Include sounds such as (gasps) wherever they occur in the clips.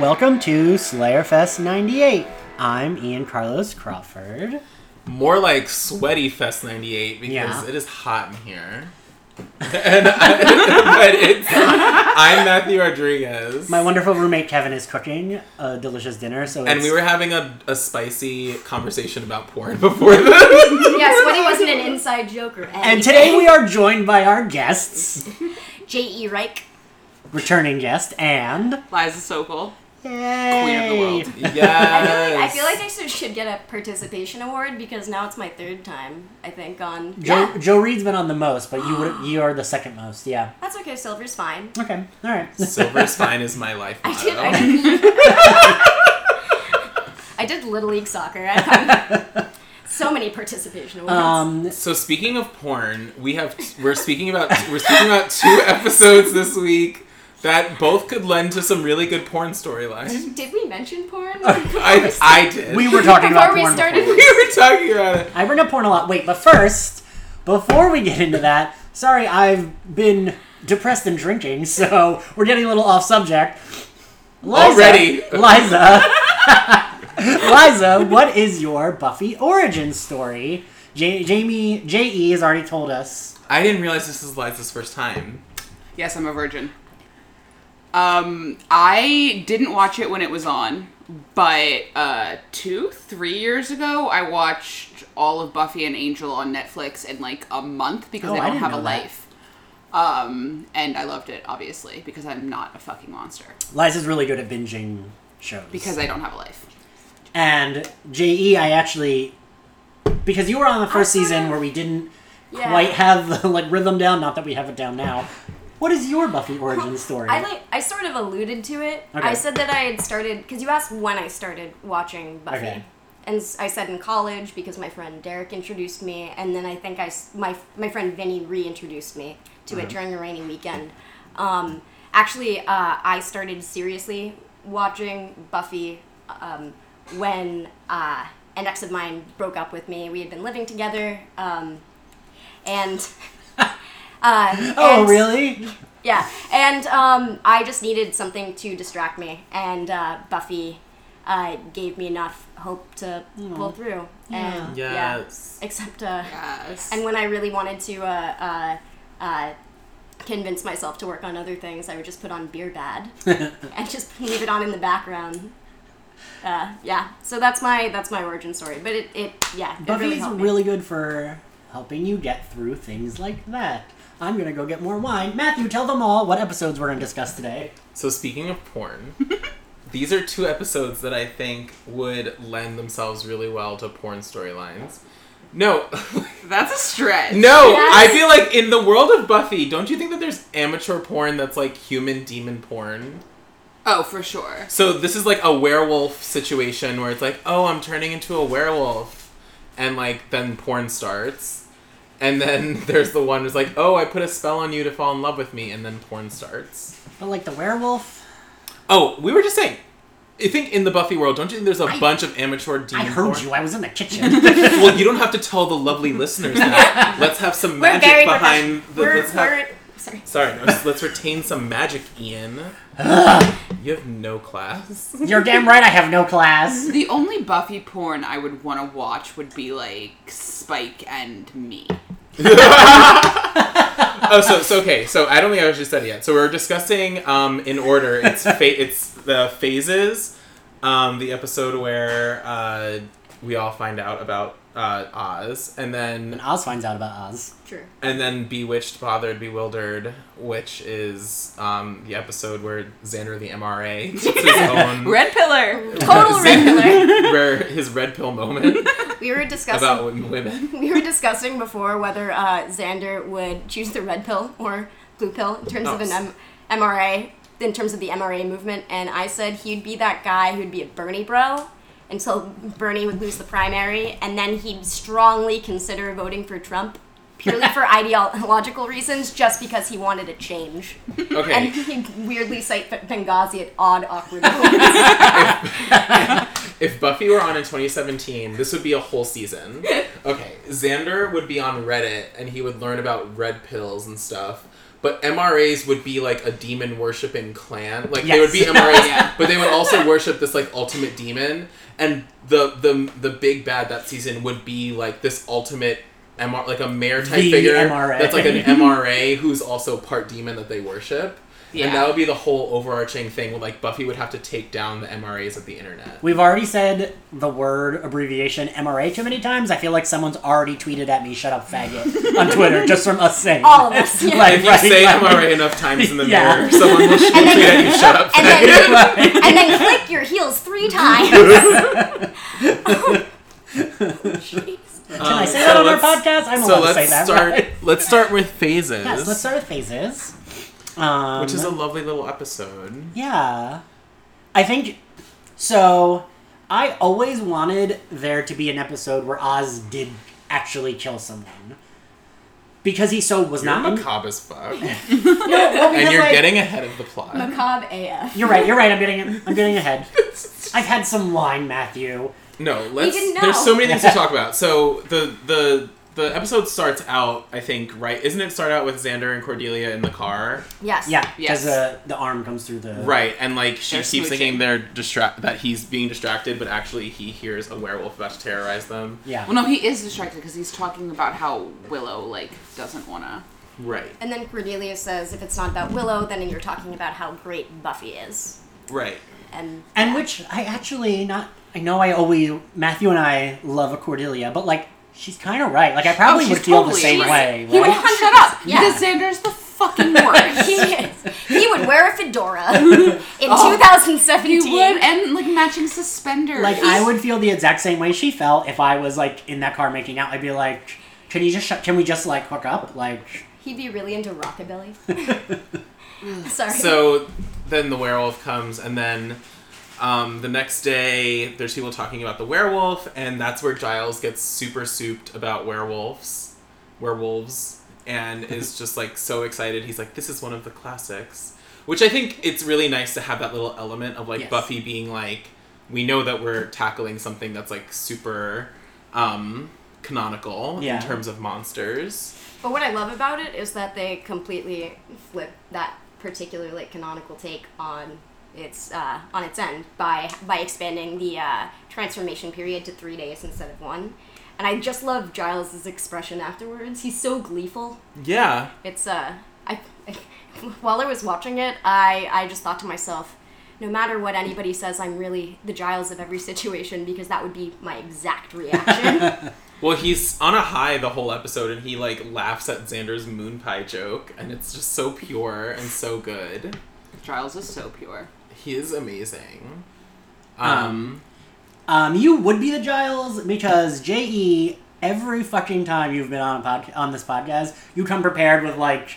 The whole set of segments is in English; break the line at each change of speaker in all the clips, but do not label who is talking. Welcome to Slayerfest 98. I'm Ian Carlos Crawford.
More like Sweaty Fest 98 because
Yeah.
it is hot in here. (laughs) and I, (laughs) but it's, I'm Matthew Rodriguez.
My wonderful roommate Kevin is cooking a delicious dinner, so
and
it's,
we were having a, a spicy conversation about porn (laughs) before this.
Yes, when he wasn't an inside joker.
And today we are joined by our guests,
J.E. E Reich.
returning guest, and
Liza Sokol.
Queen
of the world.
I feel, like, I
Yes.
feel like I should- should get a participation award because now it's my third time, I think, on.
Joe,
Yeah,
Joe Reed's been on the most, but you would you are the second most. Yeah.
that's okay. Silver's fine.
Okay. All right.
Silver Spine is my life motto.
I did. I did, (laughs) I did Little League Soccer. I have so many participation awards.
Um,
So speaking of porn, we have we're speaking about we're speaking about two episodes this week that both could lend to some really good porn storylines.
did we mention porn?
(laughs)
I, I did.
we
(laughs)
were talking about
(laughs) Before we
porn
started-
before.
we were talking about it.
I bring up porn a lot. Wait, but first, before we get into that, sorry, I've been depressed and drinking, (laughs) so we're getting a little off subject. Liza,
Already.
Liza, (laughs) Liza, what is your Buffy origin story? J- Jamie, J.E. has already told us.
I didn't realize this is Liza's first time.
Yes, I'm a virgin. Um, I didn't watch it when it was on, but uh, two, three years ago, I watched all of Buffy and Angel on Netflix in like a month because
Oh,
I
I
don't
didn't
have a
know that.
life. Um, and I loved it, obviously, because I'm not a fucking monster.
Liza's really good at binging shows.
Because I don't have a life.
and J.E., I actually, because you were on the first
sort
season
of-
where we didn't
Yeah.
quite have (laughs) the like rhythm down. Not that we have it down now. What is your Buffy origin story?
(laughs) I like I sort of alluded to it.
Okay.
I said that I had started because you asked when I started watching Buffy,
Okay.
and s- I said in college because my friend Derek introduced me, and then I think I s- my my friend Vinny reintroduced me to
Uh-huh.
it during a rainy weekend. Um, actually, uh, I started seriously watching Buffy um, when uh, an ex of mine broke up with me. We had been living together, um, and. (laughs) Uh,
oh,
and-
really?
yeah, and um, I just needed something to distract me, and uh, Buffy uh, gave me enough hope to pull through. And,
Yes.
Yeah, except, uh,
Yes.
and when I really wanted to uh, uh, uh, convince myself to work on other things, I would just put on Beer Bad and just leave it on in the background. Uh, yeah, so that's my that's my origin story, but it, it yeah, it really
Buffy's
helped
really,
me.
good for helping you get through things like that. I'm gonna go get more wine. Matthew, tell them all what episodes we're gonna discuss today.
So speaking of porn, these are two episodes that I think would lend themselves really well to porn storylines. No, (laughs)
That's a stretch.
no,
Yes.
I feel like in the world of Buffy, don't you think that there's amateur porn that's like human demon porn?
Oh, for sure.
So this is like a werewolf situation where it's like, oh, I'm turning into a werewolf, and like then porn starts, and then (laughs) there's the one who's like, oh, I put a spell on you to fall in love with me, and then porn starts.
But like the werewolf,
Oh, we were just saying. I think in the Buffy world, don't you think there's a
I-
bunch of amateur demon
I heard
porn?
you. I was in the
(laughs)
kitchen.
well, you don't have to tell the lovely listeners that. Let's have some
We're
magic
very
behind
professional.
the.
We're,
let's have-
we're, sorry.
Sorry, no, just- let's retain some magic, Ian. you have no class.
You're damn right. I have no class.
The only Buffy porn I would want to watch would be like Spike and me.
Oh, so, so okay. So I don't think I actually said it yet. So we're discussing um, in order. It's fa- it's the phases. Um, the episode where uh, we all find out about uh, Oz, and then
And Oz finds out about Oz.
True.
And then Bewitched, Bothered, Bewildered, which is um, the episode where Xander the MRA gets his own
Red Pillar. (laughs)
Total
(laughs)
regular.
where his red pill moment
We were discussing
about women- women.
(laughs) We were discussing before whether uh, Xander would choose the red pill or blue pill in terms of an M- MRA, in terms of the MRA movement, and I said he'd be that guy who'd be a Bernie bro until Bernie would lose the primary, and then he'd strongly consider voting for Trump purely for ideological reasons, just because he wanted a change. And
Okay,
he'd weirdly cite Be- Benghazi at odd, awkward moments.
if Buffy were on in 2017, this would be a whole season. Okay, Xander would be on Reddit and he would learn about red pills and stuff. But MRAs would be like a demon worshipping clan. Like
Yes.
they would be MRAs,
Yeah.
but they would also worship this like ultimate demon. And the the the big bad that season would be like this ultimate MR like a mayor type
The
figure
MRA.
that's like an MRA who's also part demon that they worship.
Yeah.
And that would be the whole overarching thing. Where, like Buffy would have to take down the MRAs of the internet.
We've already said the word abbreviation MRA too many times. I feel like someone's already tweeted at me, shut up, faggot, on Twitter, just from us saying.
All of us, yeah.
Like,
If you
right,
say
like-
MRA enough times in the
Yeah.
mirror, someone
(laughs)
will shoot you
then-
and you shut up.
and then-
Right. (laughs)
and then click your heels three times.
(laughs)
Oh, jeez.
Can I say that on our podcast? I'm
Um, so
allowed to
let's
say that.
start.
right?
Let's start with phases,
Yes, let's start with phases. Um,
which is a lovely little episode.
Yeah. I think so. I always wanted there to be an episode where Oz did actually kill someone. Because he so was
You're
not. in-
macabre
(laughs)
as fuck,
No, well,
and
because,
you're
like-
getting ahead of the plot.
Macabre AF.
You're right. You're right. I'm getting. I'm
(laughs)
getting ahead. I've had some wine, Matthew.
No, let's.
didn't
There's
know.
so many
(laughs)
things to talk about. So the the the episode starts out, I think, right? Isn't it start out with Xander and Cordelia in the car?
Yes.
Yeah,
Yes.
because uh, the arm comes through the
Right, and like she
They're
keeps
smooching.
thinking they're distract that he's being distracted, but actually he hears a werewolf about to terrorize them.
Yeah.
Well, no, he is distracted because he's talking about how Willow like doesn't want to.
Right,
And then Cordelia says, if it's not about Willow, then you're talking about how great Buffy is.
right.
And
And which I actually not. I know I always Matthew and I love a Cordelia, but like she's kind of right. Like I probably
Oh,
would
she's
feel the
totally
same
right.
way.
He would
right?
Shut
Shut up,
Yeah.
because Xander's the fucking (laughs) worst.
he is. He would wear
(laughs)
a fedora in
Oh.
2017.
he would, and like matching suspenders.
Like I would feel the exact same way she felt if I was like in that car making out. I'd be like, "Can you just shut? Can we just like hook up? Like,
He'd be really into rockabilly. (laughs) Sorry.
So then the werewolf comes, and then um, the next day there's people talking about the werewolf, and that's where Giles gets super souped about werewolves, werewolves,
(laughs)
and is just like so excited. He's like, "This is one of the classics," which I think it's really nice to have that little element of like
Yes.
Buffy being like, "We know that we're tackling something that's like super." Um, canonical
Yeah.
in terms of monsters.
But what I love about it is that they completely flip that particular like canonical take on its uh, on its end by by expanding the uh, transformation period to three days instead of one. And I just love Giles's expression afterwards. He's so gleeful.
Yeah.
It's uh, I (laughs) while I was watching it, I I just thought to myself, no matter what anybody says, I'm really the Giles of every situation because that would be my exact reaction.
Well, he's on a high the whole episode, and he like laughs at Xander's moon pie joke, and it's just so pure and so good.
Giles is so pure.
He is amazing.
Um,
Um,
um, you would be the Giles because Je every fucking time you've been on a pod- on this podcast, you come prepared with like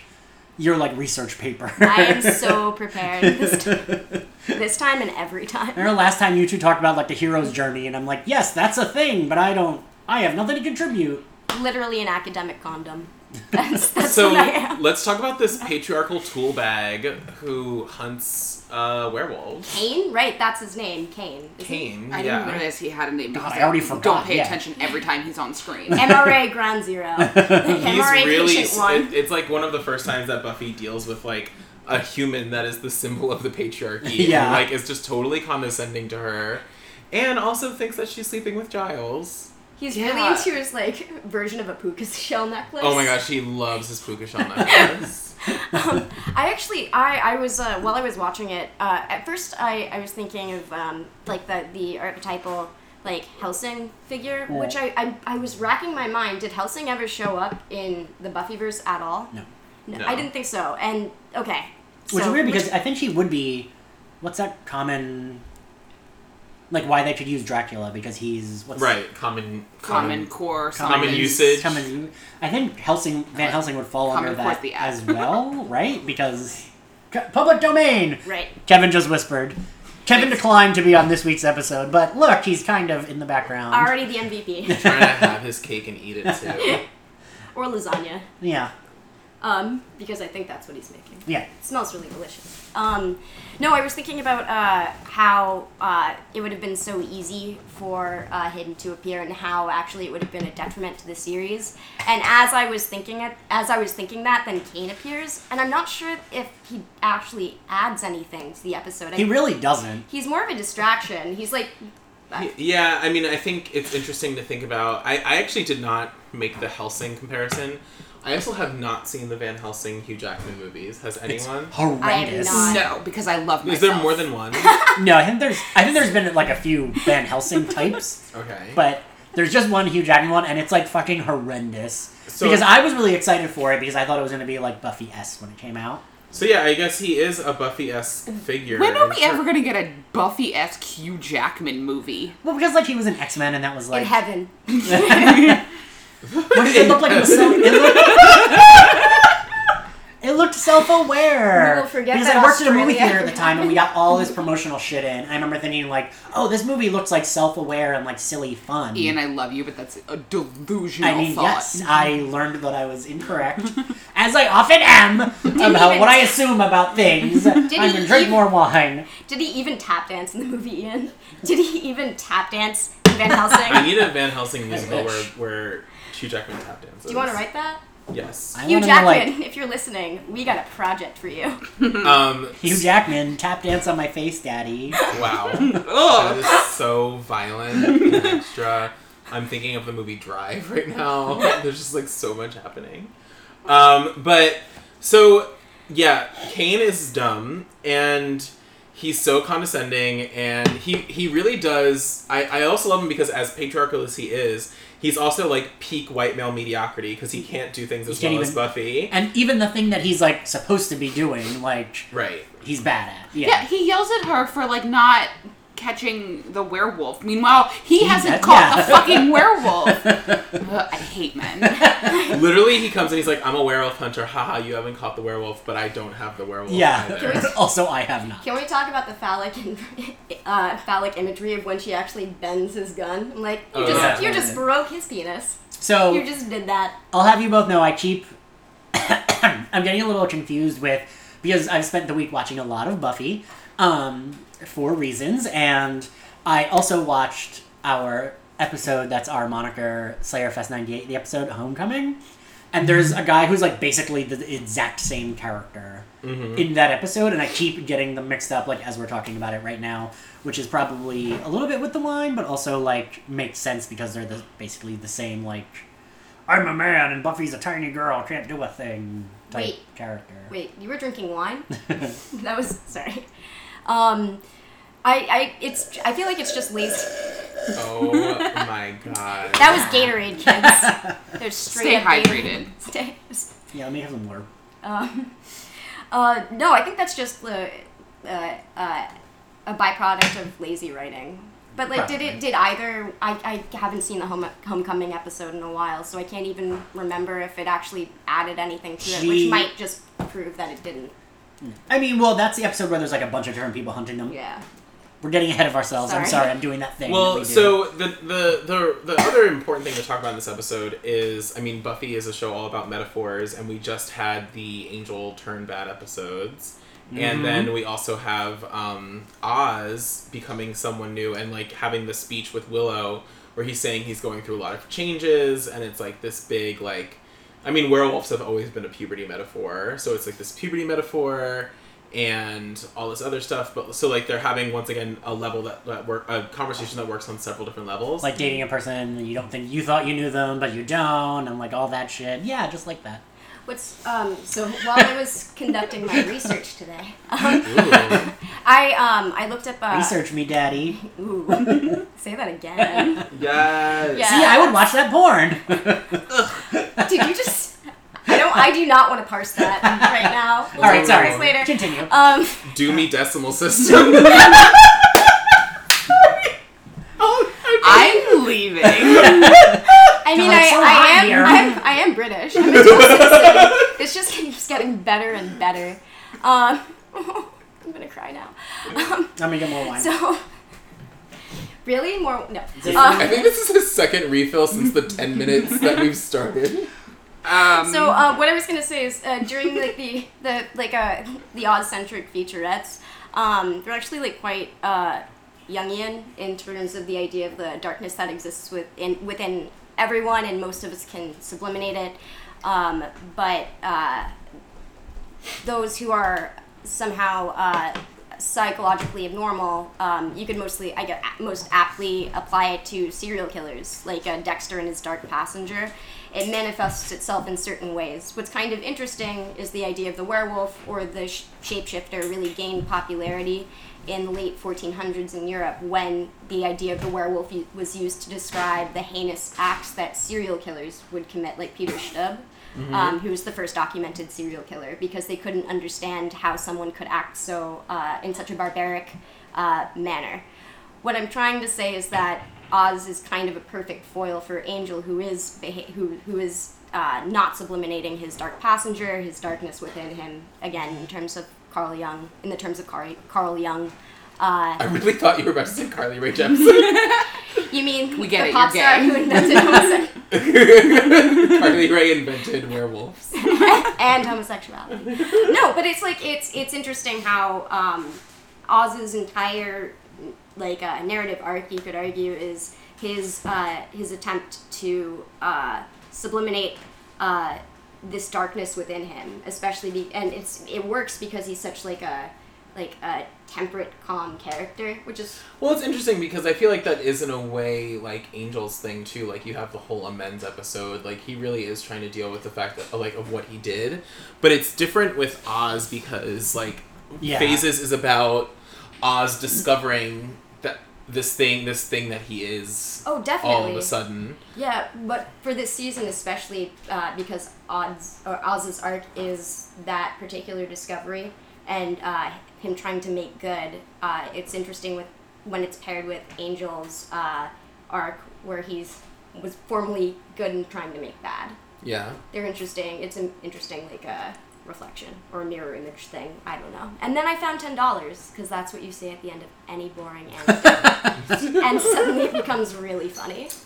your like research paper.
I
(laughs)
am so prepared this time,
(laughs)
this time and every
I
time.
remember last time you two talked about like the hero's journey, and I'm like, yes, that's a thing, but I don't. I have nothing to contribute.
Literally an academic
(laughs)
condom. That's, (laughs) that's
so
what I am.
let's talk about this patriarchal tool bag who hunts uh, werewolves.
Kane, right? That's his name, Kane. Is he-
Kane,
I didn't
yeah.
realize he had a name. because
I already
Don't
forgot,
pay
yeah.
attention every time he's on
(laughs)
(laughs)
screen.
MRA Ground Zero. MRA
He's really.
Patient One.
It, it's like one of the first times that Buffy deals with like a human that is the symbol of the patriarchy.
(laughs)
and,
Yeah.
like is just totally condescending to her, and also thinks that she's sleeping with Giles.
He's really
Yeah.
into his like version of a puka shell necklace.
Oh
(laughs)
my gosh, he loves his puka shell necklace.
(coughs) I actually, I, I was uh, while I was watching it. Uh, at first, I, I was thinking of um, like the the archetypal like Helsing figure,
Yeah.
which I, I I was racking my mind. Did Helsing ever show up in the Buffyverse at all?
No.
No,
No.
I didn't think so. And okay,
Which
so-
is weird because I think she would be. What's that common? Like why they could use Dracula because he's what's
right, common,
common core.
Common
science.
usage.
Common, I think Helsing Van Helsing would fall
Common
under
course
that
the app.
as well, (laughs) right? Because c- public domain.
right.
Kevin just whispered. Kevin declined to be on this week's episode, but look, he's kind of in the background.
Already the MVP
(laughs)
(laughs)
Trying to have his cake and eat it too.
or lasagna.
Yeah.
um, because I think that's what he's making.
Yeah.
It smells really delicious. Um, no, I was thinking about uh, how uh, it would have been so easy for uh, him to appear, and how actually it would have been a detriment to the series. And as I was thinking it, as I was thinking that, then Kane appears, and I'm not sure if he actually adds anything to the episode. I
He really doesn't.
he's more of a distraction. He's like,
Yeah, I mean, I think it's interesting to think about. I, I actually did not make the Helsing comparison. I also have not seen the Van Helsing Hugh Jackman movies. Has
It's
anyone?
horrendous.
I am
No, because I love myself.
Is there more than one?
(laughs)
No, I think there's I think there's been like a few Van Helsing types,
Okay.
but there's just one Hugh Jackman one, and it's like fucking horrendous.
So-
because I was really excited for it because I thought it was gonna be like Buffy s when it came out.
so yeah, I guess he is a Buffy esque figure.
When are
I'm
we
sure.
ever gonna get a Buffy esque Hugh Jackman movie?
Well, because like he was an X Men, and that was like (laughs)
in heaven.
What does it look like? It, was so, it, looked, (laughs) it looked self-aware.
We will forget
because
that
I worked at a movie
Australia
theater at the time, and we got all this promotional shit in. I remember thinking like, "Oh, this movie looks like self-aware and like silly fun."
Ian, I love you, but that's a delusional
I mean,
thought.
yes,
(laughs)
I learned that I was incorrect, as I often am
(laughs)
about
even-
what I assume about
(laughs)
things. I'm
he
gonna drink
even-
more wine.
Did he even tap dance in the movie, Ian? Did he even tap dance in Van Helsing?
I need a Van Helsing musical
bitch.
where where Hugh Jackman tap dances.
Do you want to write that?
Yes.
I
Hugh
want him to,
Jackman,
like
if you're listening, we got a project for you.
Um.
Hugh Jackman tap dance on my face, Daddy.
(laughs)
Wow. That
Ugh.
is so violent and extra. I'm thinking of the movie Drive right now. There's just like so much happening. Um, but so yeah, Kane is dumb and he's so condescending and he he really does I, I also love him because as patriarchal as he is, he's also like peak white male mediocrity because he can't do things as
can't
well as
even-
Buffy.
And even the thing that he's like supposed to be doing, like
Right.
he's bad at.
Yeah, he yells at her for like not catching the werewolf. Meanwhile, he
that-
hasn't
yeah.
caught the fucking werewolf. Ugh, I hate men.
Literally he comes and he's like, I'm a werewolf hunter, haha, you haven't caught the werewolf, but I don't have the
(laughs)
werewolf either.
Yeah. also, I have not.
Can we talk about the phallic and, (laughs) uh, phallic imagery of when she actually bends his gun? I'm like, you
Oh,
just
yeah. Oh.
you just broke his penis.
So
You just did that.
I'll have you both know I keep. (coughs) I'm getting a little confused with because I've spent the week watching a lot of Buffy, um, for reasons, and I also watched our episode that's our moniker Slayer Fest '98, the episode Homecoming, and there's a guy who's like basically the exact same character
Mm-hmm.
in that episode, and I keep getting them mixed up like as we're talking about it right now, which is probably a little bit with the line, but also like makes sense because they're the, basically the same like. I'm a man and Buffy's a tiny girl, can't do a thing type
Wait.
character.
Wait, you were drinking wine?
(laughs)
that was sorry. Um, I I it's I feel like it's just lazy.
Oh my god.
That was Gatorade,
(laughs)
kids. They're straight
Stay
up Gatorade.
hydrated.
(laughs) Stay.
Yeah, let me have some more.
Um, (laughs) uh, no, I think that's just the uh, uh, a byproduct of lazy writing. But like, did it?
Probably.
Did either? I, I haven't seen the home, homecoming episode in a while, so I can't even remember if it actually added anything to it,
She-
which might just prove that it didn't.
I mean, well, that's the episode where there's like a bunch of different people hunting them.
Yeah.
We're getting ahead of ourselves. I'm
Sorry.
sorry, I'm doing that thing. that
Well,
we do.
so the, the the the other important thing to talk about in this episode is, I mean, Buffy is a show all about metaphors, and we just had the Angel turn bad episodes, and then we also have um, Oz becoming someone new and like having the speech with Willow, where he's saying he's going through a lot of changes, and it's like this big like, I mean, werewolves have always been a puberty metaphor, so it's like this puberty metaphor and all this other stuff. But so like they're having once again a level that, that work a conversation that works on several different levels.
like dating a person and you don't think you thought you knew them, but you don't, and like all that shit. Yeah, just like that.
What's um? So while I
(laughs)
was conducting my research today, um,
Ooh.
I um I looked up uh,
Research me,
(laughs)
daddy.
Ooh, (laughs) say that again.
yes.
Yeah.
See, I would watch that porn. (laughs)
Did you just? I don't. I do not want to parse that right now.
(laughs)
We'll
all right,
talk
sorry.
about this Later.
Continue.
Um.
Do me decimal system. (laughs)
I'm leaving.
I mean,
God,
I,
it's so hot
I
here.
am. I'm, I am British. I'm a
(laughs)
citizen. This just keeps getting better and better. Um. (laughs) I'm gonna cry now.
I'm
Um,
gonna get more wine.
so. Really? More? No.
Is it-
I
Um,
think this is his second refill since the ten minutes that we've started.
Um,
So uh, what I was gonna say is uh, during like the the like uh, the odd centric featurettes, um, they're actually like quite uh, Jungian in terms of the idea of the darkness that exists within within everyone, and most of us can subliminate it. Um, but uh, those who are somehow uh, psychologically abnormal, um, you could mostly, I guess, most aptly apply it to serial killers, like uh, Dexter and his Dark Passenger. It manifests itself in certain ways. What's kind of interesting is the idea of the werewolf or the sh- shapeshifter really gained popularity in the late 1400s in Europe when the idea of the werewolf u- was used to describe the heinous acts that serial killers would commit, like Peter Stubb
Mm-hmm.
um, who was the first documented serial killer, because they couldn't understand how someone could act so uh, in such a barbaric uh, manner. What I'm trying to say is that Oz is kind of a perfect foil for Angel, who is beha- who who is uh, not subliminating his dark passenger, his darkness within him. Again, in terms of Carl Jung, in the terms of Carl, Carl Jung. Uh,
I really thought you were about to say Carly Rae Jepsen. (laughs)
you mean
We get
the
it,
pop
you're
star
gay.
who invented
(laughs)
homose-
Carly Rae invented werewolves.
and homosexuality. No, but it's like it's it's interesting how um, Oz's entire like uh, narrative arc, you could argue, is his uh, his attempt to uh, subliminate uh, this darkness within him, especially be- and it's it works because he's such like a like a temperate, calm character, which is
Well, it's interesting because I feel like that is in a way like Angel's thing too. Like you have the whole amends episode. Like he really is trying to deal with the fact that like of what he did, but it's different with Oz because like
Yeah.
phases is about Oz discovering that this thing, this thing that he is
oh, definitely
all of a sudden.
Yeah, but for this season especially, uh, because Odds or Oz's arc is that particular discovery and uh, him trying to make good. Uh, it's interesting with when it's paired with Angel's uh, arc, where he's was formerly good and trying to make bad.
Yeah.
They're interesting. It's an interesting like uh, reflection or mirror image thing. I don't know. And then I found ten dollars because that's what you say at the end of any boring anecdote, and suddenly it becomes really funny.
(laughs)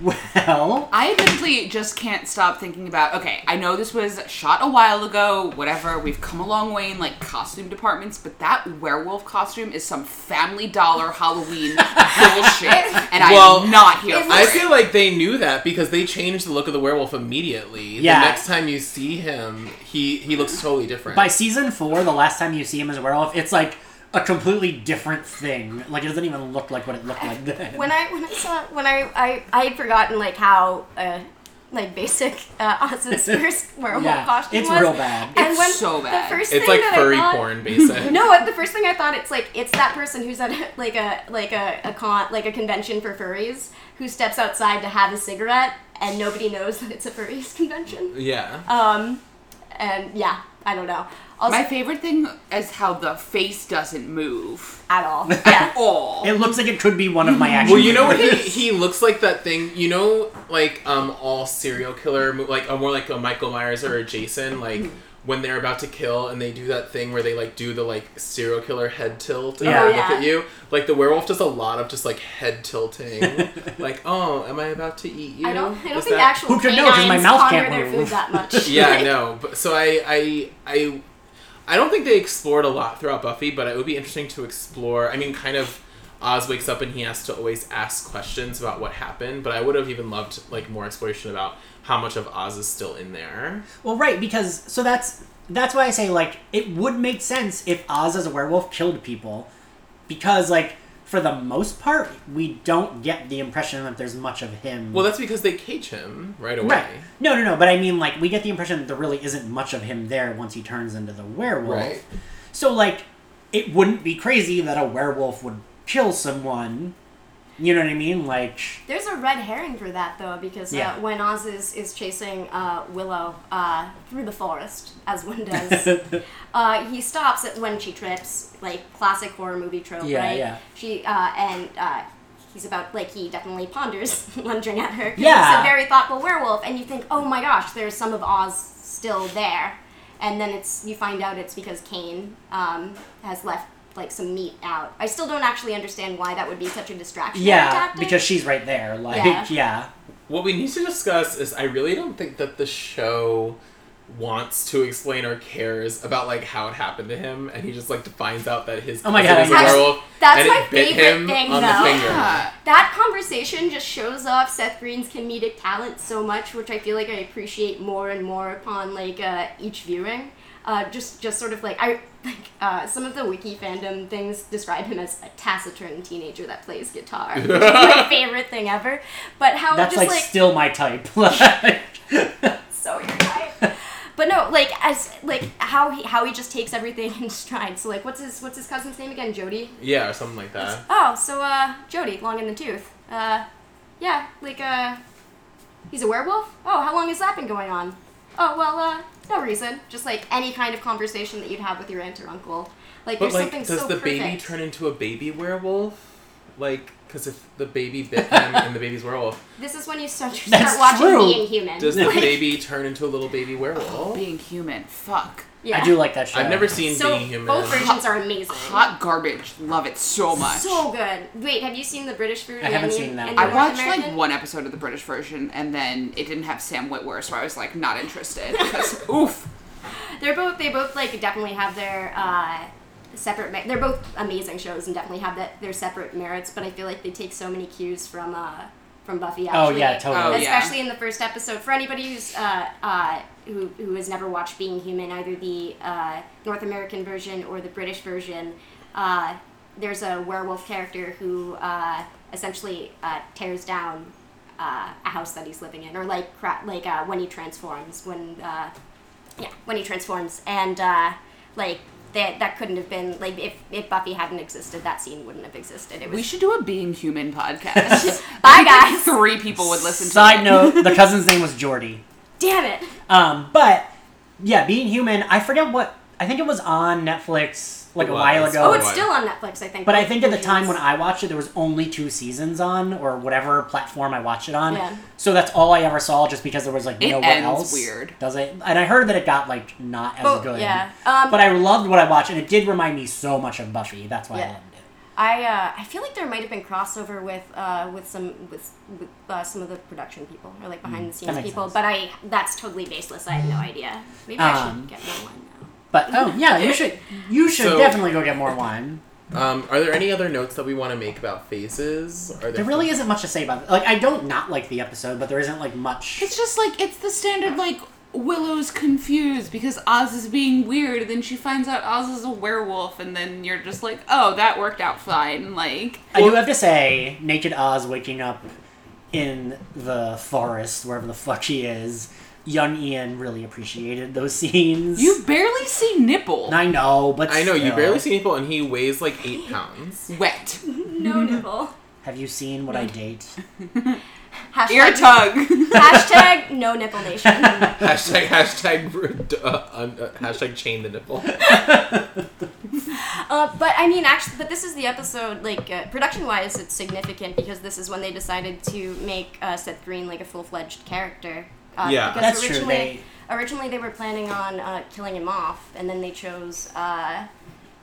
Well,
I admittedly just can't stop thinking about okay, I know this was shot a while ago, whatever, we've come a long way in like costume departments, but that werewolf costume is some family dollar Halloween bullshit. And
Well,
I'm not here
it
for
I
it.
feel like they knew that because they changed the look of the werewolf immediately.
Yeah.
The next time you see him, he he looks totally different.
by season four, the last time you see him as a werewolf, it's like a completely different thing. Like it doesn't even look like what it looked like then.
when I when I saw when I I, I had forgotten like how uh, like basic uh,
(laughs)
Oz's first werewolf
Yeah,
costume
it's
was.
real bad.
And
It's
when
so bad.
The first
it's
thing
like
that I
furry
thought-
porn, basically.
(laughs) No, the first thing I thought it's like it's that person who's at a, like a like a, a con like a convention for furries who steps outside to have a cigarette and nobody knows that it's a furries (laughs) convention.
Yeah.
Um, and yeah, I don't know. Also,
My favorite thing is how the face doesn't move
at
(laughs)
all. Yeah.
at all.
It looks like it could be one
(laughs)
of my action.
Well, you know what he,
figures.
he looks like that thing. You know, like um, all serial killer, mo- like uh, more like a Michael Myers or a Jason, like
Mm-hmm.
when they're about to kill and they do that thing where they like do the like serial killer head tilt and
Yeah.
they look
Yeah.
at you. Like the werewolf does a lot of just like head tilting,
(laughs)
like oh, am I about to eat you?
I don't. I don't
Is
think
that-
actual
Who could know? 'Cause my
canines
mouth
ponder
can't
their
move.
food that much.
(laughs) Yeah,
(laughs)
I
(laughs) Like,
know. But so I, I, I, I don't think they explored a lot throughout Buffy, but it would be interesting to explore. I mean, kind of. Oz wakes up and he has to always ask questions about what happened, but I would have even loved like more exploration about how much of Oz is still in there.
Well, right, because so that's that's why I say like it would make sense if Oz as a werewolf killed people, because like for the most part we don't get the impression that there's much of him.
Well, that's because they cage him right away.
right. No, no, no. But I mean, like we get the impression that there really isn't much of him there once he turns into the werewolf.
Right.
So like, it wouldn't be crazy that a werewolf would kill someone. You know what I mean?
(laughs)
Like,
There's a red herring for that though, because
Yeah.
uh, when Oz is, is chasing uh, Willow uh, through the forest,
(laughs)
as one does, uh, he stops at when she trips, like classic horror movie trope,
Yeah,
right?
yeah.
She uh, and uh, he's about like he definitely ponders, (laughs) lunging at her. 'cause he's
Yeah.
a very thoughtful werewolf, and you think, oh my gosh, there's some of Oz still there, and then it's you find out it's because Kane um, has left like some meat out. I still don't actually understand why that would be such a distraction.
Yeah,
tactic.
because she's right there. Like,
Yeah.
(laughs) yeah.
What we need to discuss is I really don't think that the show wants to explain or cares about like how it happened to him, and he just like finds out that his
Oh my
cousin
God,
is a
I-
werewolf,
That's
and
my
it bit
favorite
him
thing,
on
though.
the finger.
Yeah.
that conversation just shows off Seth Green's comedic talent so much, which I feel like I appreciate more and more upon like uh, each viewing. Uh, just, just sort of like I like uh, some of the wiki fandom things describe him as a taciturn teenager that plays guitar, which is my favorite thing ever. But how
That's
just
like,
like,
still my type. (laughs) Like,
so your type. But no, like as like how he how he just takes everything (laughs) in stride. So like, what's his what's his cousin's name again? Jody.
Yeah, or something like that.
Oh, so uh, Jody, long in the tooth. Uh, yeah, like uh, he's a werewolf. Oh, how long has that been going on? Oh well, uh, no reason. Just like any kind of conversation that you'd have with your aunt or uncle. Like
But
there's
like,
something
does
so
the
perfect.
baby turn into a baby werewolf? Like, because if the baby bit him and the baby's werewolf,
this is when you start, you
That's
start watching
true.
Being Human.
does the
(laughs) Like,
baby turn into a little baby werewolf?
Being human. Fuck.
yeah.
I do like that show.
I've never seen
so
Being Human.
both versions are amazing.
Hot garbage. Love it so much.
So good. Wait, have you seen the British version?
I haven't
and the-
seen that
and the
I
North
watched like
American?
one episode of the British version, and then it didn't have Sam Witwer, so I was like not interested. Because oof,
They're both. They both like definitely have their uh, separate. Me- they're both amazing shows and definitely have that their separate merits. But I feel like they take so many cues from uh, from Buffy.
Oh
Actually.
yeah, totally.
Oh, yeah.
Especially in the first episode. For anybody who's uh, uh, who who has never watched Being Human, either the uh, North American version or the British version, uh, there's a werewolf character who uh, essentially uh, tears down uh, a house that he's living in, or like cra- like uh, when he transforms when. Uh, yeah, when he transforms, and uh, like that that couldn't have been like if, if Buffy hadn't existed, that scene wouldn't have existed. It was
we should do a Being Human podcast. (laughs)
bye
I
guys.
think Three people would listen. to
Side
it.
note:
(laughs)
the cousin's name was Jordy.
Damn it!
Um, but yeah, being human, I forget what I think it was on Netflix like
It
a while
was.
ago.
Oh,
Oh,
it's
wow.
still on Netflix, I think.
But I
both
think at the time
versions.
when I watched it, there was only two seasons on, or whatever platform I watched it on.
Yeah.
So that's all I ever saw, just because there was like
It
nowhere
ends
else.
weird.
does it? And I heard that it got like not as
Oh,
good.
yeah. Um,
but I loved what I watched, and it did remind me so much of Buffy. That's why I
Yeah.
loved it.
I uh, I feel like there might have been crossover with uh, with some with, with uh, some of the production people or like behind the scenes
Hmm. makes
people,
sense. Hmm.
but I that's totally baseless. I have no idea. Maybe I
Um,
should get more wine (laughs) now.
But oh yeah, you should you should
So-
definitely go get more wine.
Um, are there any other notes that we want to make about phases? Are there,
There really isn't much to say about it. Like I don't not like the episode, but there isn't like much.
It's just like it's the standard like Willow's confused because Oz is being weird, and then she finds out Oz is a werewolf, and then you're just like, oh, that worked out fine. Like
I do have to say, Naked Oz waking up in the forest, wherever the fuck he is, young Ian really appreciated those scenes.
you barely see nipple.
I know, but
I know you
still.
barely see people, and he weighs like
(laughs)
eight pounds.
Wet
No nipple.
Have you seen what I
Mm.
date?
ear
Hashtag,
tug. (laughs)
hashtag no nipple nation.
(laughs)
hashtag hashtag (laughs) uh, un, uh, hashtag chain the
(laughs)
nipple.
Uh, but I mean, actually, but this is the episode. Like uh, production-wise, it's significant because this is when they decided to make uh, Seth Green like a full-fledged character. Uh,
Yeah.
because
That's true,
originally,
they-
Originally, they were planning on uh, killing him off, and then they chose uh,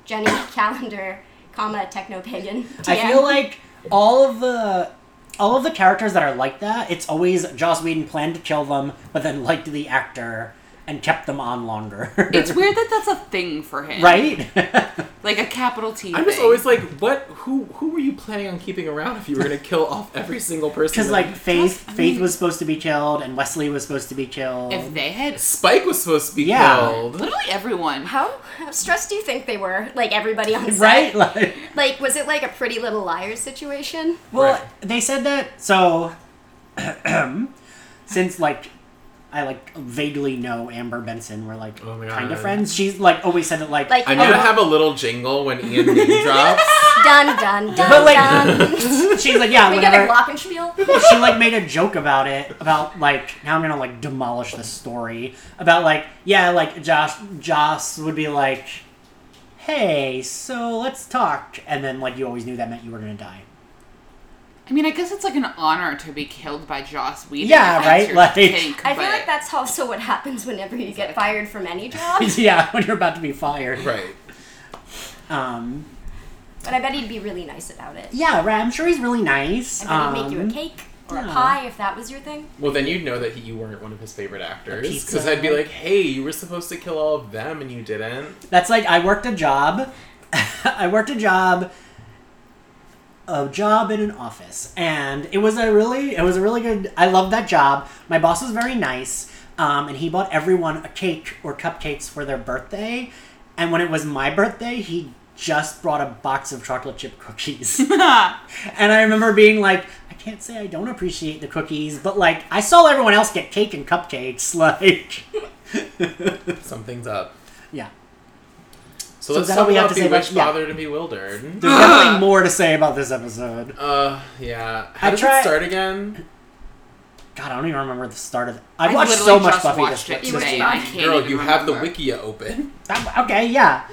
Jenny (laughs) Calendar, comma techno pagan.
I feel like all of the all of the characters that are like that, it's always Joss Whedon planned to kill them, but then liked the actor and kept them on longer.
it's weird that that's a thing for him,
(laughs)
(laughs)
right?
Like a capital T.
I'm just
thing.
always like, what? Who? Who were you planning on keeping around if you were gonna kill off every single
(laughs)
person?
Because like Faith,
I mean-
Faith was supposed to be killed, and Wesley was supposed to be killed.
if they had
Spike was supposed to be
Yeah.
killed.
literally everyone.
How, how stressed do you think they were? Like everybody on set.
right? Like,
Like, was it like a Pretty Little Liars situation?
Well,
Right.
they said that so. (clears throat) since like, I like vaguely know Amber Benson. We're like
Oh my
kind of
God.
friends. She's like always said that like,
Like,
I'm
oh,
gonna have a little jingle when Ian
(laughs)
name drops.
dun dun dun
But, like- (laughs)
(laughs) dun.
she's like yeah
we got a
whenever
glockenspiel.
she like made a joke about it about like how I'm gonna like demolish the story about like yeah like Josh Joss would be like, hey so let's talk and then like you always knew that meant you were gonna die. (laughs)
I mean, I guess it's like an honor to be killed by Joss Whedon.
Yeah,
if that's
right?
your
Like-
take,
I feel
but-
like that's also what happens whenever you get fired from any job.
yeah, when you're about to be fired.
right.
Um,
But I bet he'd be really nice about it.
Yeah, right. I'm sure he's really nice.
I bet he'd make you
Um,
a cake or
yeah.
a pie if that was your thing.
Well, then you'd know that he, you weren't one of his favorite actors.
pizza.
Because I'd be like, hey, you were supposed to kill all of them and you didn't.
That's like I worked a job. (laughs) I worked a job a job in an office and it was a really it was a really good I loved that job. My boss was very nice um, and he bought everyone a cake or cupcakes for their birthday and when it was my birthday he just brought a box of chocolate chip cookies. (laughs) and I remember being like I can't say I don't appreciate the cookies, but like I saw everyone else get cake and cupcakes (laughs) like
Something's up.
yeah. So
So, let's
that's
talk
all we have
about
to
the
say
witch
about- yeah.
father to bewildered.
There's definitely more to say about this episode.
Uh, yeah. How
I
does
try-
it start again?
God, I don't even remember the start of it. I
(laughs) I
watched
literally
so much
just
Buffy
watched
this
it
week.
You were
today.
fine.
I can't
Girl,
even
you have the
remember.
wikia open.
That- okay, yeah.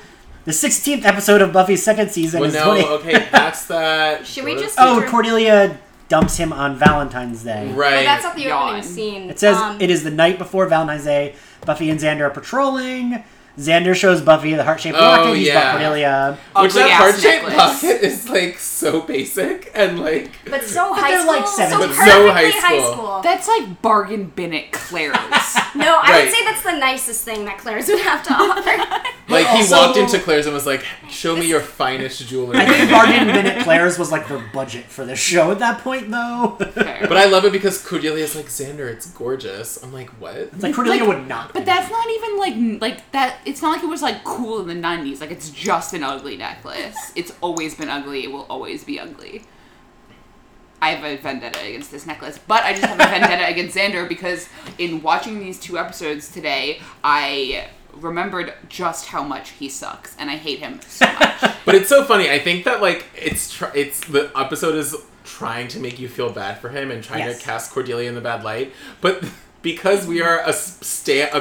The 16th episode of Buffy's second season
Well,
is when
no, okay,
(laughs)
that's that.
Should we
Go to-
just-
Oh, Cordelia dumps him on Valentine's Day.
Right.
But Oh, that's not the
Yawn.
opening scene.
It says
Um,
it is the night before Valentine's Day. Buffy and Xander are patrolling. Xander shows Buffy the heart shaped
Oh,
locket. He's
yeah.
got Cordelia.
Which
Ugly
that
ass
heart shaped
necklace.
pocket is like so basic and like
But so high
they're
school.
like
so
17.
perfectly
But so
high
high
school.
school.
That's like bargain bin
(laughs)
at Claire's.
no, I
Right.
would say that's the nicest thing that Claire's would have to (laughs) offer.
like he
also-
walked into Claire's and was like, "Show me your finest jewelry."
I think Bargain Bennett Claire's was like the budget for the show at that point, though. It's
Fair.
But I love it because Cordelia's like, Xander, it's gorgeous. I'm like, what?
like Cordelia
Like,
would not.
But that's not even like n- like that. It's not like it was like cool in the '90s. Like it's just an ugly necklace. It's always been ugly. It will always be ugly. I have a vendetta against this necklace, but I just have a vendetta against Xander because in watching these two episodes today, I remembered just how much he sucks, and I hate him so much.
But it's so funny. I think that like it's tr- it's the episode is trying to make you feel bad for him and trying
Yes.
to cast Cordelia in the bad light, but. (laughs) Because we are a s- stan, a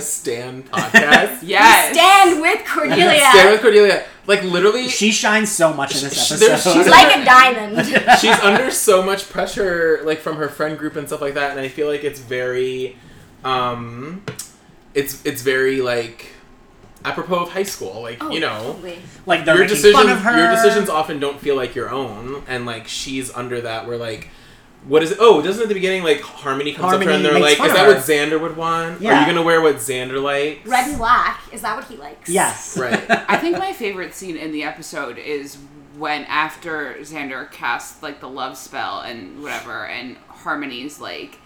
(laughs)
stan podcast.
yes.
Stand with Cordelia.
Stan with Cordelia, like literally,
she shines so much in this
She-
episode. (laughs)
there's- she's
(laughs) like a diamond.
she's under so much pressure like from her friend group and stuff like that and i feel like it's very um it's it's very like apropos of high school like
Oh,
you know
Totally.
like they're
your
making fun of
decisions
her.
your decisions often don't feel like your own and like she's under that where like what is it? Oh, doesn't at the beginning like Harmony comes up to her and
Harmony
they're
makes
like,
fun
"Is
of
that
her."
what Xander would want? Are
Yeah.
you gonna wear what Xander likes?"
Red and black. Is that what he likes?
Yes.
(laughs) Right.
I think my favorite scene in the episode is when after Xander casts like the love spell and whatever, and Harmony's like,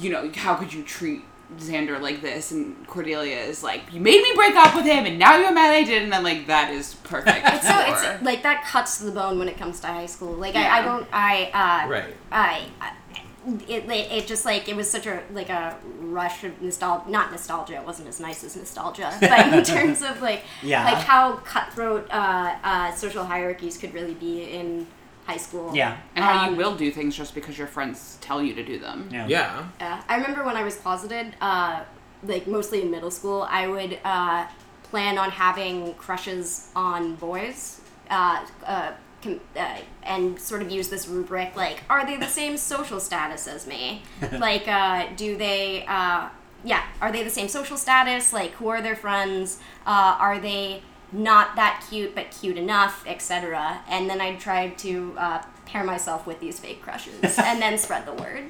you know, how could you treat Xander like this? And Cordelia is like, you made me break up with him, and now you're mad I did, and then like that is perfect.
It's so
for-
it's like that cuts to the bone when it comes to high school. Like I, I
Yeah.
don't I uh
Right.
I, I it, it it just like it was such a like a rush of nostalgia not nostalgia it wasn't as nice as
(laughs)
nostalgia but in terms of like
Yeah.
like how cutthroat uh, uh, social hierarchies could really be in high school
Yeah.
and how
Um,
you will do things just because your friends tell you to do them.
Yeah.
Yeah, I remember when I was closeted, uh, like mostly in middle school, I would uh, plan on having crushes on boys. Uh, uh, com- uh, and sort of use this rubric like are they the same social status as me like uh, do they uh, yeah are they the same social status like who are their friends uh, are they not that cute but cute enough etc and then i tried to uh, pair myself with these fake crushes and then spread the word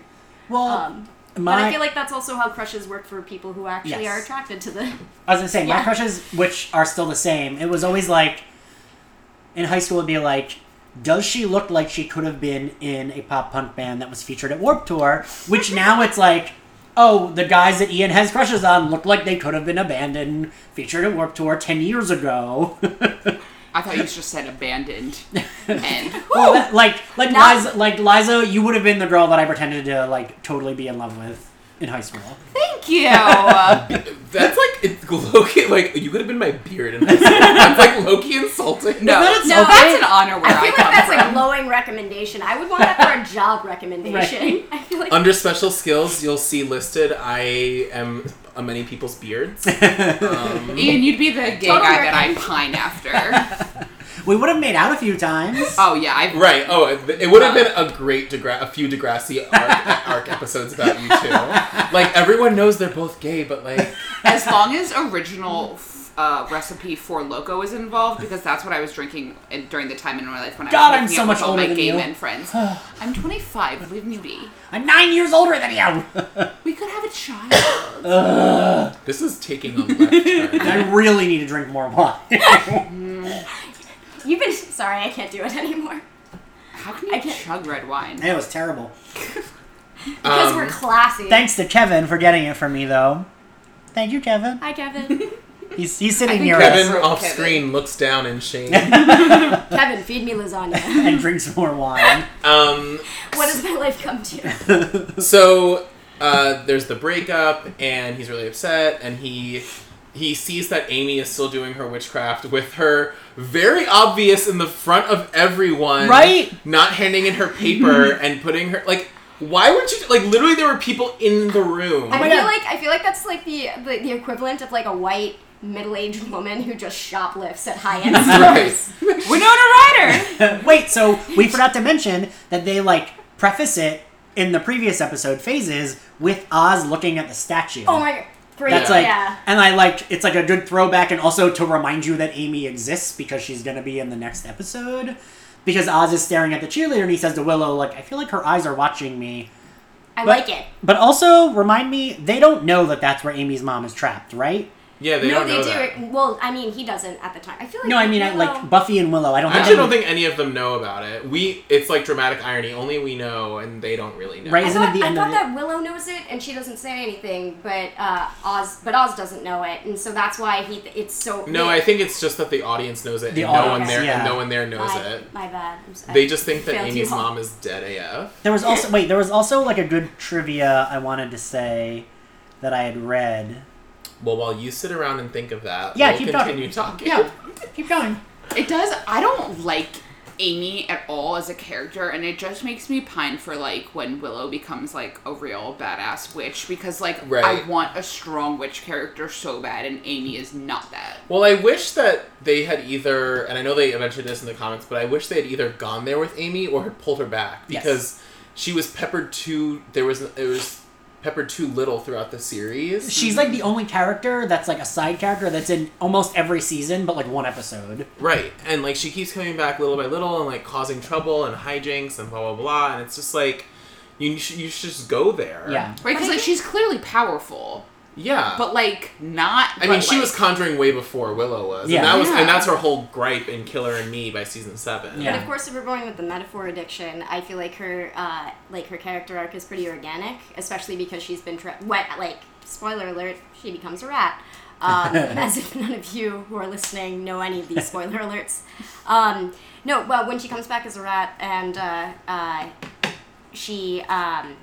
Well,
um, but
my-
I feel like that's also how crushes work for people who actually
Yes.
are attracted to the.
I was gonna say my
Yeah.
crushes, which are still the same. It was always like in high school, it'd be like, does she look like she could have been in a pop punk band that was featured at Warp Tour? Which
(laughs)
now it's like, oh, the guys that Ian has crushes on look like they could have been abandoned, featured at Warp Tour ten years ago. (laughs)
I thought you just said abandoned. and
Well, that- like like
Oh, Now-
Liza, like Liza, you would have been the girl that I pretended to like totally be in love with in high school.
thank
(laughs) Oh,
you.
uh,
That's like it's (laughs) Loki. Like you could have been my beard, and that's like Loki insulting.
No,
that it's
no,
okay?
that's an honor
(laughs)
where
I
I,
feel like
come
that's
from.
a glowing recommendation. I would want that for
(laughs)
a job recommendation. I feel
Uh,
like
Under special skills, you'll see listed I am uh, many people's
(laughs)
beards. Um,
Ian, you'd be the gay
Total
guy that I
American.
pine after.
(laughs) We would have made out a few times.
oh yeah, I
right. Oh, it it would have been a great Degra- a few Degrassi arc, (laughs) arc episodes about you two. Like everyone knows they're both gay, but like
As long as original f- uh, recipe for Loco is involved because that's what I was drinking in, during the time in my life when
God,
I was
I'm
making
so
out
much
with all my
older than
gay
you.
men friends.
(sighs)
I'm 25. Leave me be.
I'm nine years older than (laughs) you.
We could have a child.
(coughs)
This is taking a left turn.
I really need to drink more wine. (laughs)
You've been sorry, I can't do it anymore
How can you
can't-
chug red wine?
It was terrible.
because we're classy.
um, Thanks to Kevin for getting it for me, though. Thank you, Kevin. (laughs)
Hi, Kevin.
He's, he's sitting
think
near
Kevin
us
Kevin.
off screen looks down in shame.
Kevin, feed
(laughs)
me lasagna.
and drinks more wine.
um,
What does my life come
Oh
to?
so uh, there's the breakup, and he's really upset, and he he sees that Amy is still doing her witchcraft with her very obvious in the front of everyone,
Right?
Not handing in
(laughs)
her paper and putting her like. Why would you like? Literally, there were people in the room.
I
my
feel
God.
like I feel like that's like the the, the equivalent of like a white middle-aged woman who just shoplifts at
(laughs)
high-end stores.
Winona Ryder!
Wait, so we forgot to mention that they like preface it in the previous episode phases with Oz looking at the statue.
oh my great,
That's like,
yeah.
and I like it's like a good throwback, and also to remind you that Amy exists because she's gonna be in the next episode. Because Oz is staring at the cheerleader, and he says to Willow, "Like I feel like her eyes are watching me."
I
But-
like it.
But also remind me, they don't know that that's where Amy's mom is trapped, right?
yeah, they
no,
don't
they
know
do.
that.
Well, I mean, he doesn't at the time. I feel like
No, I mean I,
Willow-
like Buffy and Willow. I don't.
I
think
actually
any-
don't think any of them know about it. We, it's like dramatic irony. Only we know, and they don't really know.
Right.
I
Isn't
thought,
it the
I
end
thought
of
that Willow knows it, and she doesn't say anything. But uh, Oz, but Oz doesn't know it, and so that's why he. It's so.
No, I think it's just that the audience knows it,
The
and no
audience,
one there,
yeah.
and no one there knows
my,
it.
My bad. I'm sorry.
They just think that
Failed you
Amy's
all.
mom is dead AF.
There was also wait, there was also like a good trivia I wanted to say that I had read.
Well, while you sit around and think of that,
Yeah,
we'll
keep
continue talking.
keep going.
It does. I don't like Amy at all as a character, and it just makes me pine for like when Willow becomes like a real badass witch because like I
Right.
want a strong witch character so bad, and Amy is not that.
Well, I wish that they had either, and I know they eventually did this in the comics, but I wish they had either gone there with Amy or had pulled her back
Yes.
because she was peppered too. There was it was peppered too little throughout the series.
She's like the only character that's like a side character that's in almost every season, but like one episode.
Right. And like she keeps coming back little by little and like causing trouble and hijinks and blah blah blah. And it's just like you sh- you should just go there.
Yeah.
Right? Because like she's clearly powerful,
Yeah.
but like not.
I mean, she was conjuring way before Willow was,
Yeah.
and that was,
Yeah.
and that's her whole gripe in Killer and Me by season seven.
Yeah.
But of course, if we're going with the metaphor addiction, I feel like her, uh, like her character arc is pretty organic, especially because she's been tra- what, like spoiler alert, she becomes a rat. Um, as if none of you who are listening know any of these spoiler alerts. Um, no, well, when she comes back as a rat and uh, uh, she, um,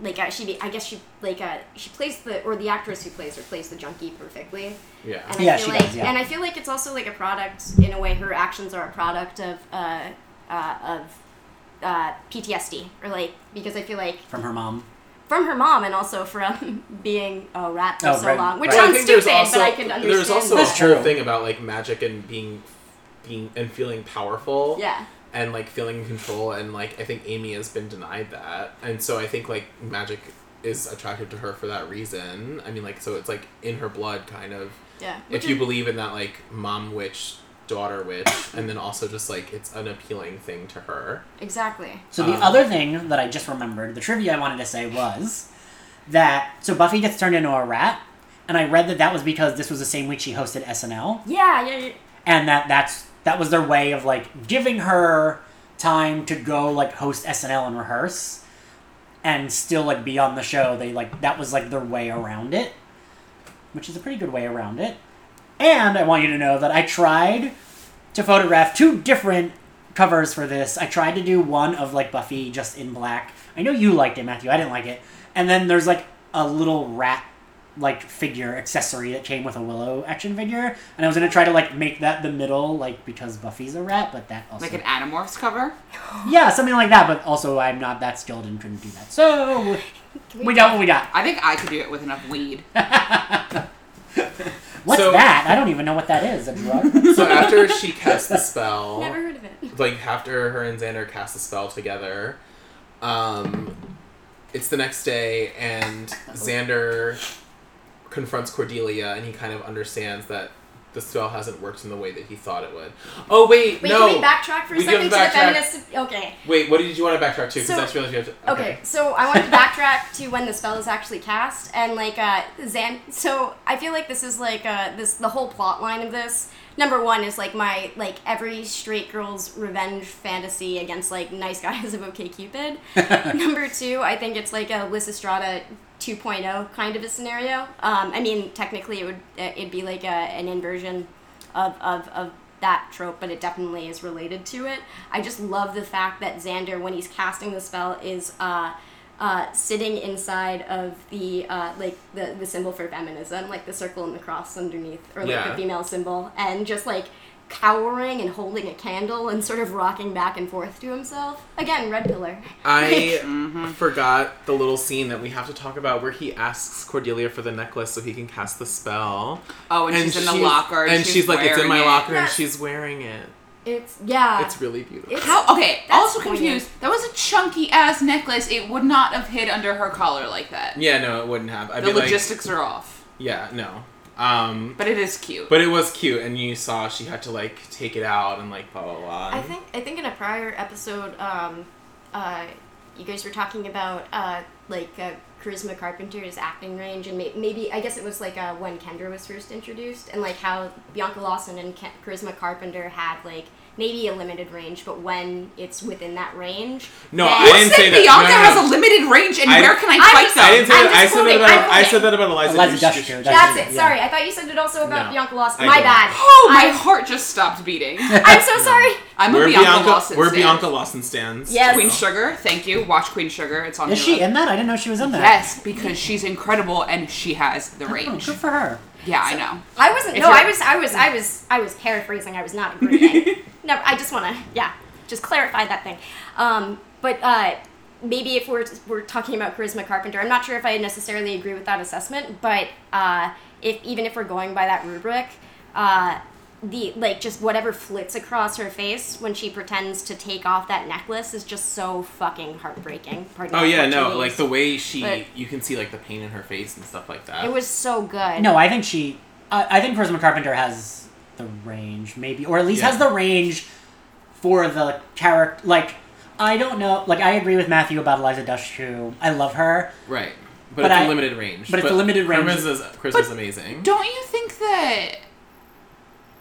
like, uh, she, be, I guess she, like, uh, she plays the or the actress who plays her plays the junkie perfectly.
Yeah.
And
Yeah,
I feel
she
like,
does, yeah.
And I feel like it's also like a product, in a way, her actions are a product of, uh, uh, of uh, PTSD. Or like, because I feel like
From her mom.
from her mom and also from (laughs) being a rat for
Oh,
so
right,
long, which
right.
Well,
sounds stupid, but I can understand.
There's also
That's
a whole
true.
thing about like magic and being, being and feeling powerful.
(laughs) Yeah.
And like feeling in control, and like I think Amy has been denied that, and so I think like magic is attracted to her for that reason. I mean, like so it's like in her blood, kind of.
Yeah.
if you believe in that like mom witch, daughter witch, and then also just like it's an appealing thing to her.
Exactly.
So the
Um.
other thing that I just remembered, the trivia I wanted to say was that so Buffy gets turned into a rat, and I read that that was because this was the same week she hosted SNL,
Yeah, yeah, yeah.
and that that's that was their way of like giving her time to go like host SNL and rehearse, and still like be on the show. They like that was like their way around it, which is a pretty good way around it. And I want you to know that I tried to photograph two different covers for this. I tried to do one of like Buffy just in black. I know you liked it, Matthew. I didn't like it. And then there's like a little rat like figure accessory that came with a Willow action figure, and I was gonna try to like make that the middle, like because Buffy's a rat, but that also
like an Animorphs cover.
(gasps) yeah something like that. But also I'm not that skilled and couldn't do that, so we got what we got.
I think I could do it with
(laughs)
enough weed.
What's
So-
that? I don't even know what that is. A
(laughs)
drug.
So after she casts the spell,
Never heard of it.
like after her and Xander cast the spell together, um, it's the next day, and Xander confronts Cordelia, and he kind of understands that the spell hasn't worked in the way that he thought it would. Oh wait,
Wait,
no.
can we backtrack for a
We
second to
can
the
backtrack.
feminist? Okay.
Wait, what did you want to backtrack to? Because
So-
that's really you have to.
Okay, so I want to backtrack to when the spell is actually cast, and like uh, Xan. So I feel like this is like uh, this the whole plot line of this. Number one is like my like every straight girl's revenge fantasy against like nice guys (laughs) of OK Cupid. Number two, I think it's like a Lysistrata 2.0 kind of a scenario. Um, I mean, technically it would it'd be like a, an inversion of, of, of that trope, but it definitely is related to it. I just love the fact that Xander, when he's casting the spell, is uh, uh, sitting inside of the uh, like the, the symbol for feminism, like the circle and the cross underneath, or like
Yeah.
the female symbol, and just like cowering and holding a candle and sort of rocking back and forth to himself. Again, red pillar. (laughs)
I forgot the little scene that we have to talk about where he asks Cordelia for the necklace so he can cast the spell.
Oh, and, she's in the locker.
And she's, like, it's in my
wearing it.
locker, and
Yes. Uh,
she's wearing it.
It's yeah.
It's really beautiful.
It's-
How? Okay.
That's
also
poignant.
confused. That was a chunky ass necklace. It would not have hid under her collar like that.
yeah, no, it wouldn't have. I'd
the
be like-
logistics are off.
yeah, no. Um,
But it is cute.
but it was cute, and you saw she had to like take it out and like blah blah blah.
I think I think in a prior episode, um, uh, you guys were talking about uh, like uh, Charisma Carpenter's acting range, and may- maybe I guess it was like uh, when Kendra was first introduced, and like how Bianca Lawson and Ke- Charisma Carpenter had like maybe a limited range, but when it's within that range,
No,
then-
I
Who
didn't
said
say that. No,
Bianca
no, no.
has a limited range, and
I-
where can I,
I
fight
just-
them?
I didn't say
I'm
that. I
just
said that
quoting-
about.
I'm
I
quoting.
said that about Eliza.
Eliza
Dushku.
Dushku,
That's
Yeah.
it. Sorry, I thought you said it also about
No,
Bianca Lawson.
I
My
didn't.
bad.
(laughs)
Oh, my
I'm-
heart just
(laughs)
stopped beating.
I'm so sorry.
I'm
We're
a Bianca, Lawson.
We're
stan.
Bianca Lawson stands.
Yes.
Queen Sugar. Thank you. Watch Queen Sugar. It's on.
Is
Hulu.
she in that? I didn't know she was in that.
Yes, because she's incredible and she has the
Oh,
range.
good for her.
Yeah, I know.
I wasn't.
If
No,
you're-
I was. I was. I was. I was paraphrasing. I was not
(laughs)
agreeing. no, I just want to. Yeah, just clarify that thing. Um, but uh, maybe if we're we're talking about charisma carpenter, I'm not sure if I necessarily agree with that assessment. But uh, if even if we're going by that rubric, uh, the like just whatever flits across her face when she pretends to take off that necklace is just so fucking heartbreaking. Pardon
Oh
my
yeah, no,
Portuguese.
like the way she,
But-
you can see like the pain in her face and stuff like that.
It was so good.
No, I think she. I, I think Prisma Carpenter has the range, maybe, or at least
Yeah.
has the range for the character. Like, I don't know. Like, I agree with Matthew about Eliza Dushku. I love her.
right, but,
But
it's a
I-
limited range.
but it's a limited range.
Christmas is, Chris
But
is amazing.
Don't you think that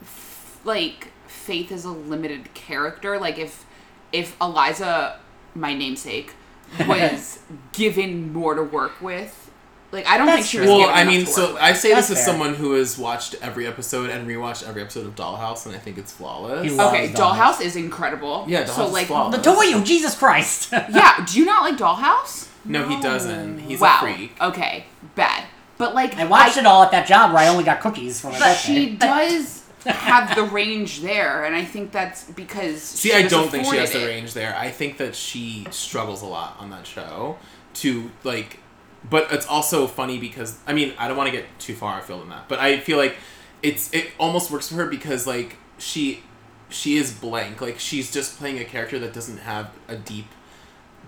f- like Faith is a limited character? Like if if Eliza,
(laughs)
my namesake, was given more to work with, like I don't think
That's
she
true.
was.
Well,
given
I
enough
mean,
to
so
work
I say
That's
this as
fair.
someone who has watched every episode and rewatched every episode of Dollhouse, and I think it's flawless.
You
with.
love
okay.
Dollhouse.
Dollhouse. is incredible.
Yeah, Dollhouse
so
is
like
flawless.
The two of you, Jesus Christ! (laughs)
yeah. Do you not like Dollhouse?
no, he doesn't. He's
wow.
a freak.
Okay, bad. But like
I watched it all at that job where I only got cookies for my
But
birthday.
she (laughs) does have the range there, and I think that's because
See,
she
I
was
don't think she
afforded
has the
it.
range there. I think that she struggles a lot on that show to like but it's also funny because I mean, I don't want to get too far afield on that, but I feel like it's it almost works for her because like she she is blank. Like she's just playing a character that doesn't have a deep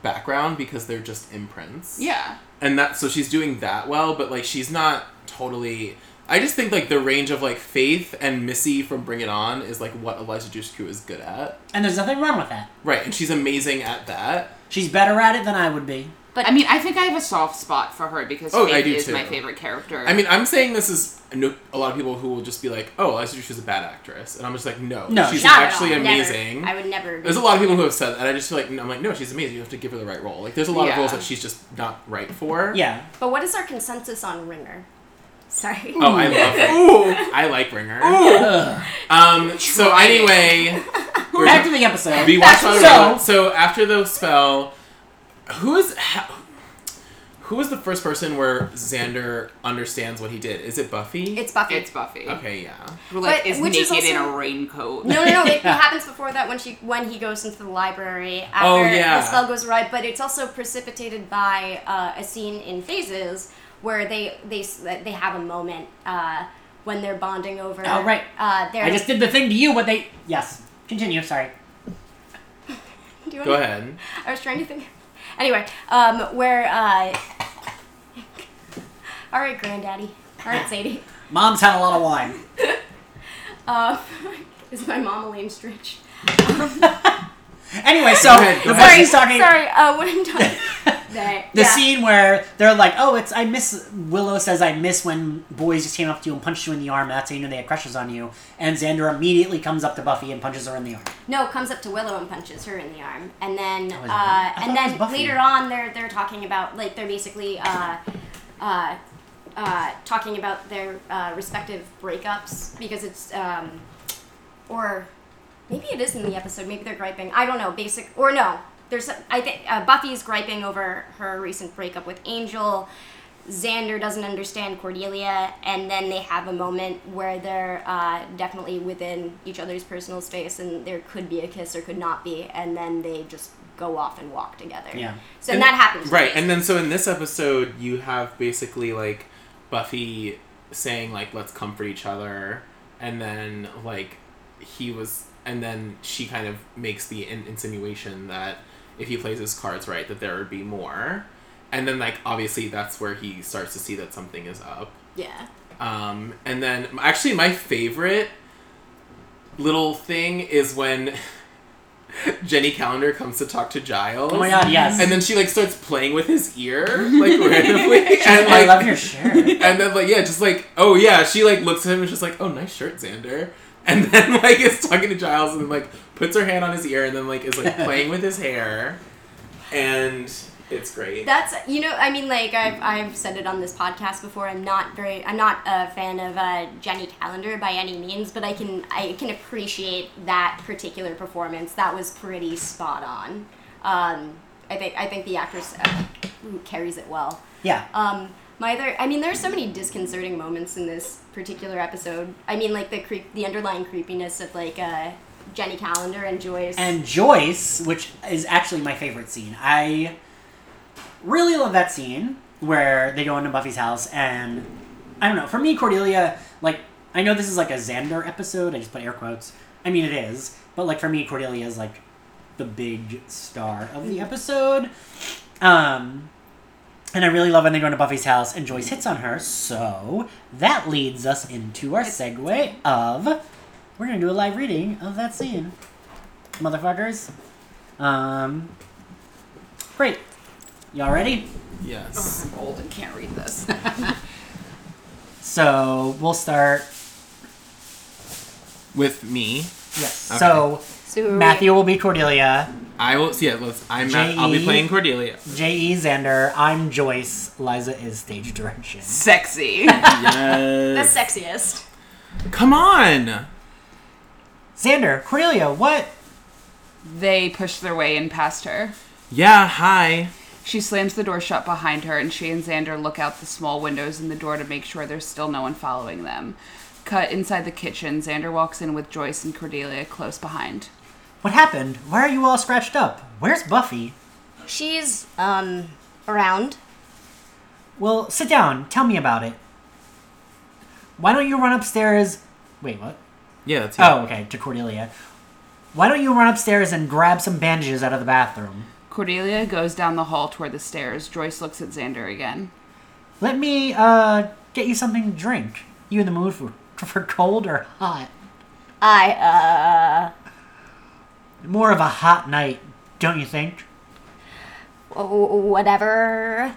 background because they're just imprints
Yeah.
and that so she's doing that well but like she's not totally i just think like the range of like faith and missy from bring it on is like what eliza dushku is good at
and there's nothing wrong with that.
right and she's amazing at that
She's better at it than I would be.
But I mean, I think I have a soft spot for her because
Oh,
Faith
I do
is
too.
my favorite character.
i mean i'm saying this is no, a lot of people who will just be like oh eliza dushku's a bad actress and i'm just like no,
No,
she's
not
Not at
actually
all. Never.
amazing
I would never.
there's a lot of people who have said that i just feel like i'm like no she's amazing you have to give her the right role like there's a lot of
Yeah.
roles that she's just not right for (laughs)
Yeah.
But what is our consensus on Ringer? Sorry.
oh i love her
Ooh.
i like ringer
Ugh.
um so
Try it.
anyway we're-
Back to the episode.
We watched
so,
Wonder Woman. So after the spell, who is ha- who was the first person where Xander understands what he did? Is it Buffy?
It's Buffy.
it's Buffy.
okay, yeah.
Who, like
But-
is
which
naked
is
in
also-
a raincoat. (laughs)
No, no, no. It happens before that when she when he goes into the library after
Oh, yeah.
the spell goes awry. But it's also precipitated by uh, a scene in Phases where they they s- they have a moment uh, when they're bonding over.
Oh, right.
Uh, their,
I just did the thing to you, but they. Yes. Continue. Sorry.
(laughs) Do you
Go
wanna-
ahead.
I was trying to think. Anyway, um, where. Uh, (laughs) all right, Granddaddy. All right, Sadie.
Mom's had a lot of wine.
Uh, (laughs) is my mom a lame stretch?
(laughs) Anyway, so
Go ahead, go
the
ahead.
part she's talking,
Sorry, uh, when I'm done. that,
(laughs) the
yeah.
scene where they're like, "Oh, it's I miss." Willow says, "I miss when boys just came up to you and punched you in the arm. and That's how you know they had crushes on you." And Xander immediately comes up to Buffy and punches her in the arm.
No, comes up to Willow and punches her in the arm, and then
Oh, is it her?
uh,
I thought
and
it was
then
Buffy.
later on, they're they're talking about like they're basically uh, uh, uh, talking about their uh, respective breakups because it's um, or maybe it is in the episode. Maybe they're griping. I don't know. Basic or no. There's I think uh, Buffy's griping over her recent breakup with Angel. Xander doesn't understand Cordelia, and then they have a moment where they're uh, definitely within each other's personal space, and there could be a kiss or could not be, and then they just go off and walk together.
Yeah.
So and that happens.
Right, and then so in this episode, you have basically like Buffy saying like let's comfort each other, and then like he was, and then she kind of makes the in- insinuation that if he plays his cards right, that there would be more, and then like obviously that's where he starts to see that something is up.
yeah.
Um, and then actually my favorite little thing is when (laughs) Jenny Calendar comes to talk to Giles.
Oh my god, yes.
And then she like starts playing with
(laughs)
his ear, like randomly. and
I
like
love your
(laughs)
shirt.
and then like yeah, just like, oh yeah, she like looks at him and she's like, Oh nice shirt, Xander. And (laughs) then like is talking to Giles and then like puts her hand on his ear and then like
(laughs)
is like playing with his hair. And it's great.
That's you know I mean like I've I've said it on this podcast before. I'm not very I'm not a fan of uh, Jenny Calendar by any means, but I can I can appreciate that particular performance. That was pretty spot on. Um, I think I think the actress uh, carries it well.
Yeah.
Um, my other, I mean, there's so many disconcerting moments in this particular episode. I mean, like the creep, the underlying creepiness of like uh, Jenny Calendar and Joyce.
And Joyce, which is actually my favorite scene. I really love that scene where they go into Buffy's house and I don't know, for me Cordelia, like I know this is like a Xander episode, I just put air quotes. I mean it is, but like for me Cordelia is like the big star of the episode. Um and I really love when they go into Buffy's house and Joyce hits on her, so that leads us into our segue of we're gonna do a live reading of that scene motherfuckers. Um, great. Y'all ready?
Yes.
I'm old and can't read this.
So we'll start.
With me.
Yes.
Okay.
So
so are we-
Matthew will be Cordelia.
I will see yeah, let's I'm not, I'll
J.E.
be playing Cordelia.
J.E. E, Xander. I'm Joyce. Liza is stage direction.
Sexy.
the
Yes.
sexiest.
(laughs) Come on.
Xander, Cordelia, what?
they push their way in past her.
Yeah, hi.
She slams the door shut behind her, and she and Xander look out the small windows in the door to make sure there's still no one following them. Cut inside the kitchen, Xander walks in with Joyce and Cordelia close behind.
What happened? Why are you all scratched up? Where's Buffy?
She's um around.
Well, sit down. Tell me about it. Why don't you run upstairs? Wait, what?
Yeah, that's you.
Oh, okay, to Cordelia. Why don't you run upstairs and grab some bandages out of the bathroom?
Cordelia goes down the hall toward the stairs. Joyce looks at Xander again.
Let me uh, get you something to drink. You in the mood for, (laughs) for cold or hot?
I uh
More of a hot night, don't you think?
whatever.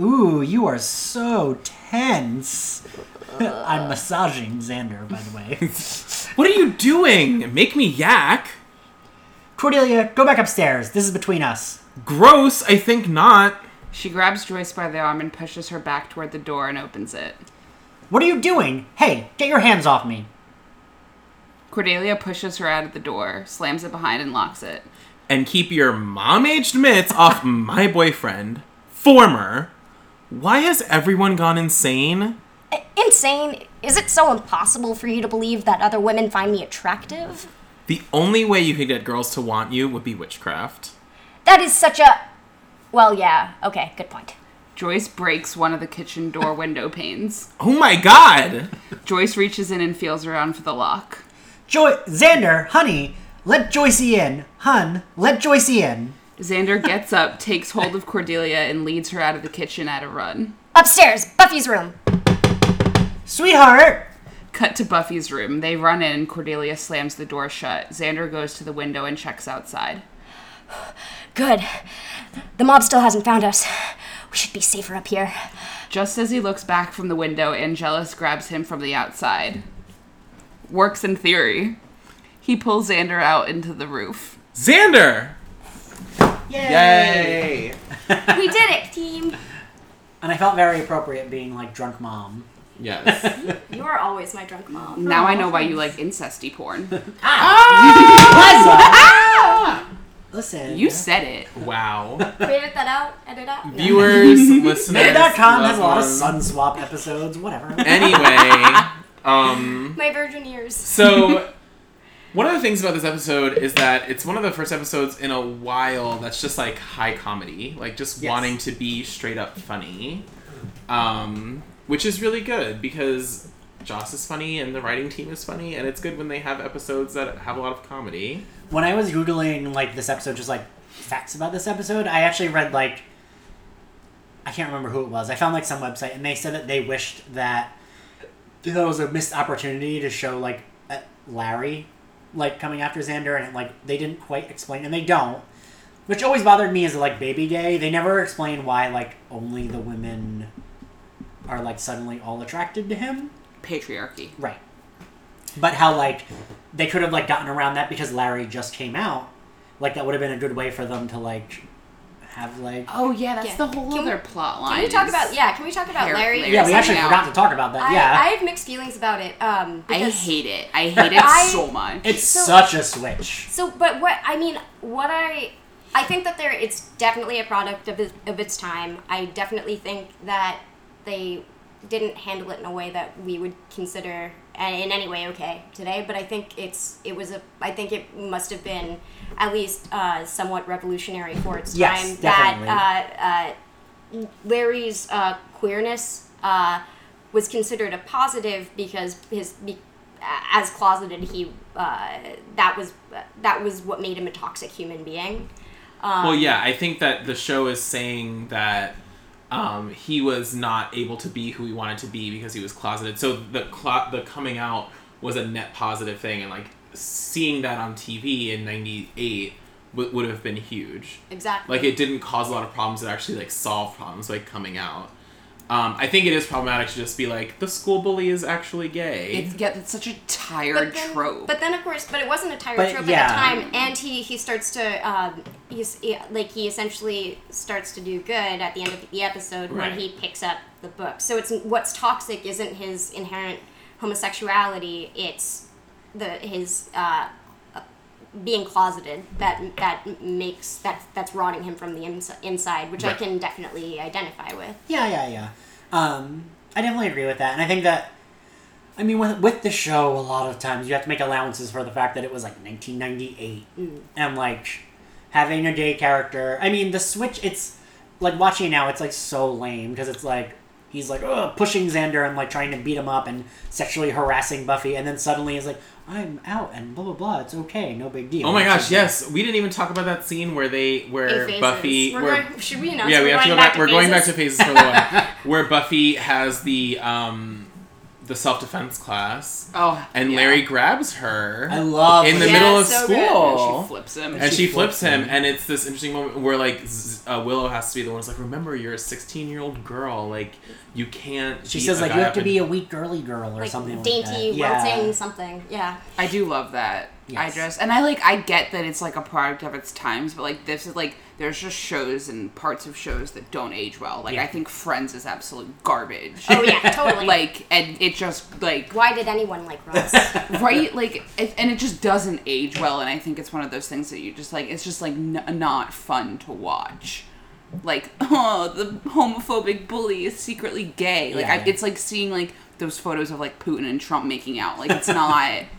Ooh, you are so tense. (laughs) I'm massaging Xander, by the way. (laughs)
What are you doing? Make me yak.
Cordelia, go back upstairs. This is between us.
Gross, I think not.
She grabs Joyce by the arm and pushes her back toward the door and opens it.
What are you doing? Hey, get your hands off me.
Cordelia pushes her out of the door, slams it behind, and locks it.
And keep your mom
(laughs)
aged mitts off my boyfriend. Former. Why has everyone gone insane?
Insane. Is it so impossible for you to believe that other women find me attractive?
The only way you could get girls to want you would be witchcraft.
That is such a Well, yeah. Okay, good point.
Joyce breaks one of the kitchen door window panes.
Oh my god!
Joyce reaches in and feels around for the lock.
Joy, Xander, honey, let Joycey in. Hun, let Joycey in.
Xander gets up, takes hold of Cordelia, and leads her out of the kitchen at a run.
Upstairs, Buffy's room.
Sweetheart,
Cut to Buffy's room. They run in. Cordelia slams the door shut. Xander goes to the window and checks outside.
Good. The mob still hasn't found us. We should be safer up here.
Just as he looks back from the window, Angelus grabs him from the outside. Works in theory. He pulls Xander out into the roof.
Xander!
Yay!
Yay!
we did it, team.
And I felt very appropriate being like drunk mom.
Yes.
(laughs)
You are always my drunk
(laughs)
mom.
Now I know why you like incesty porn.
(laughs) Listen,
You said it.
wow.
Edit that out. Edit out. No.
Viewers,
(laughs)
listeners.
Meta.com has a lot of
loved
sun swap episodes, whatever.
ones.
(laughs)
Anyway, um,
My virgin ears.
so (laughs) one of the things about this episode is that it's one of the first episodes in a while that's just like high comedy, like just
Yes.
wanting to be straight up funny, um, which is really good because Joss is funny and the writing team is funny, and it's good when they have episodes that have a lot of comedy.
when I was googling like this episode, just like facts about this episode, I actually read like I can't remember who it was. I found like some website, and they said that they wished that there was a missed opportunity to show like uh, Larry like coming after Xander, and like they didn't quite explain, and they don't. Which always bothered me is like Baby Day. They never explain why like only the women are like suddenly all attracted to him.
Patriarchy.
Right. But how like they could have like gotten around that because Larry just came out. Like that would have been a good way for them to like have like
Oh yeah, that's
Yeah.
the whole
Can we-
other plot line.
Can we talk
is-
about yeah? Can we talk about
Hair
Larry?
flare.
Yeah, we actually
something
forgot
out.
to talk about that.
I,
yeah.
I have mixed feelings about it. Um,
I
because-
hate it. I hate it
(laughs) I-
so much.
it's
so-
such a switch.
So, but what I mean, what I, I think that there, it's definitely a product of its, of its time. I definitely think that they didn't handle it in a way that we would consider uh, in any way okay today. But I think it's, it was a, I think it must have been at least uh, somewhat revolutionary for its time.
Yes, definitely.
That uh, uh, Larry's uh, queerness uh, was considered a positive because his be, as closeted he uh, that was that was what made him a toxic human being.
Well, yeah, I think that the show is saying that um, he was not able to be who he wanted to be because he was closeted. So the clo- the coming out was a net positive thing, and like seeing that on TV in '98 w- would have been huge.
Exactly.
Like it didn't cause a lot of problems; it actually like solved problems by coming out. Um, I think it is problematic to just be like the school bully is actually gay.
It's yeah, it's such a tired
but then,
trope.
but then, of course, but it wasn't a tired
But,
trope
yeah.
at the time, and he he starts to um, he's he, like he essentially starts to do good at the end of the episode
Right.
when he picks up the book. So it's what's toxic isn't his inherent homosexuality; it's the his uh, being closeted that that makes that that's rotting him from the ins- inside, which
Right.
I can definitely identify with.
Yeah, yeah, yeah. Um, I definitely agree with that, and I think that. I mean, with, with the show, a lot of times you have to make allowances for the fact that it was like 1998,
Mm.
and like having a gay character. I mean, the switch. It's like watching it now. It's like so lame because it's like he's like Ugh, pushing Xander and like trying to beat him up and sexually harassing Buffy, and then suddenly he's like, "I'm out," and blah blah blah. It's okay, no big deal.
oh my
It's
gosh!
just-
Yes, we didn't even talk about that scene where they where
Phases.
Buffy
We're
where-
going, should we announce?
yeah, we
we're
have to
going
go back.
to
we're going back to
phases?
phases for the one where Buffy has the um, the self defense class,
oh,
and
yeah.
Larry grabs her.
I love
in the
it.
middle
Yeah,
of
so
school,
And she flips him.
she
and she flips
flips
him,
him.
and it's this interesting moment where like Z- uh, Willow has to be the one who's like, "Remember, you're a 16 year old girl. Like, you can't."
She
be
says
a
like
guy
you have
up
to
in-
be a weak girly girl or
like
something like
dainty,
that.
wilting
Yeah.
something. Yeah.
I do love that. I
Yes.
just and I like I get that it's like a product of its times, but like this is like there's just shows and parts of shows that don't age well. Like
Yeah.
I think Friends is absolute garbage.
(laughs)
(laughs)
Oh yeah, totally.
like and it just like
why did anyone like Ross?
right like it, and it just doesn't age well and i think it's one of those things that you just like it's just like n- not fun to watch like (laughs) oh the homophobic bully is secretly gay like I,
Yeah.
it's like seeing like those photos of like putin and trump making out like it's not
(laughs)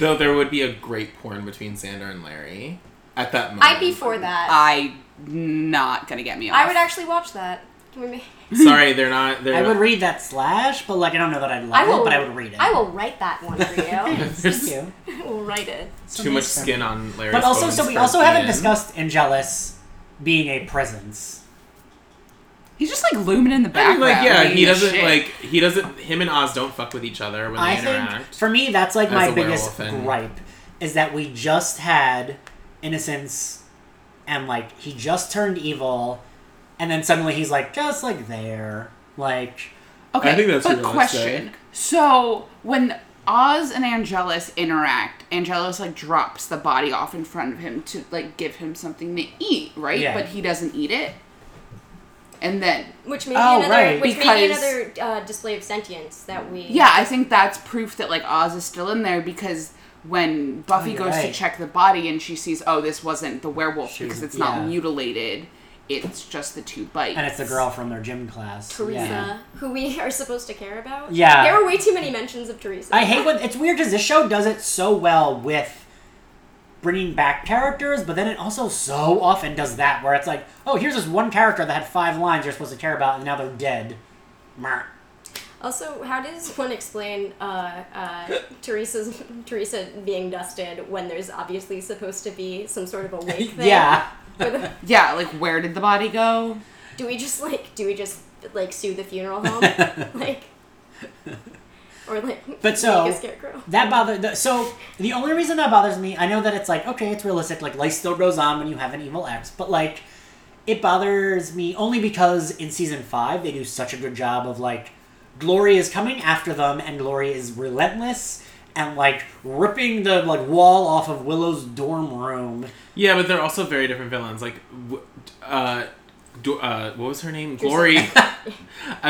Though there would be a great porn between Xander and Larry at that moment.
I'd be for that.
Uh,
i (laughs) not gonna get me off
I would actually watch that. Can we? ma-
Sorry, they're not. They're
I would read that slash, but like I don't know that I'd love
I will.
it, but I would read it.
I will write that one for
(laughs)
you. (laughs)
Thank you.
I will write it.
too much skin on Larry's.
But also,
bones
so we
for
also
a
haven't
man.
discussed Angelus being a presence.
He's just like looming in the
I mean,
background.
like yeah, he
eating
doesn't
shit.
like he doesn't. Him and Oz don't fuck with each other when they
I think
interact.
for me that's like
As
my
a
biggest
werewolf and-
gripe is that we just had Innocence and like he just turned evil and then suddenly he's like just like there. Like
Okay,
I think that's
but
realistic.
question. So when Oz and Angelus interact, Angelus like drops the body off in front of him to like give him something to eat, right?
Yeah.
But he doesn't eat it. And then
Which may be
Oh,
another,
right,
which may be
because-
another uh, display of sentience that we.
yeah, I think that's proof that like Oz is still in there because when Buffy
Oh, you're
goes to
right.
check the body and she sees, oh, this wasn't the werewolf
She-
because it's not
yeah.
mutilated. It's just the two bites.
and it's the girl from their gym class.
Teresa,
Yeah.
who we (laughs) are supposed to care about.
Yeah.
There were way too many mentions of Teresa.
I hate when it's weird because this show does it so well with bringing back characters, but then it also so often does that where it's like, oh, here's this one character that had five lines you're supposed to care about, and now they're dead. Meh.
Also, how does one explain uh, uh, Teresa's (laughs) Teresa being dusted when there's obviously supposed to be some sort of a wake thing?
(laughs) Yeah.
With-
Yeah, like where did the body go?
do we just like do we just like sue the funeral home like or like
But so-
make a scarecrow?
That bother the, so the only reason that bothers me, I know that it's like okay, it's realistic. Like life still goes on when you have an evil ex, but like it bothers me only because in season five they do such a good job of like Glory is coming after them, and Glory is relentless and like ripping the like wall off of Willow's dorm room.
Yeah, but they're also very different villains. Like, w- uh, do, uh, what was her name? Glory. (laughs) I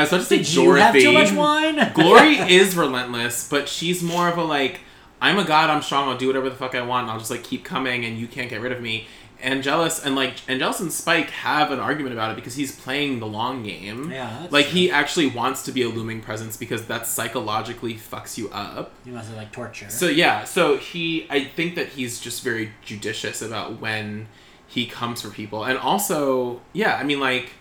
was about to say
Did you
Dorothy.
have too much wine? (laughs)
Glory is relentless, but she's more of a like, I'm a god, I'm strong, I'll do whatever the fuck I want, and I'll just like keep coming, and you can't get rid of me. Angelus and like Angelus and Spike have an argument about it because he's playing the long game.
Yeah, that's
like he actually wants to be a looming presence because that psychologically fucks you up.
you must have like torture.
So yeah, so he I think that he's just very judicious about when he comes for people. And also, yeah, I mean like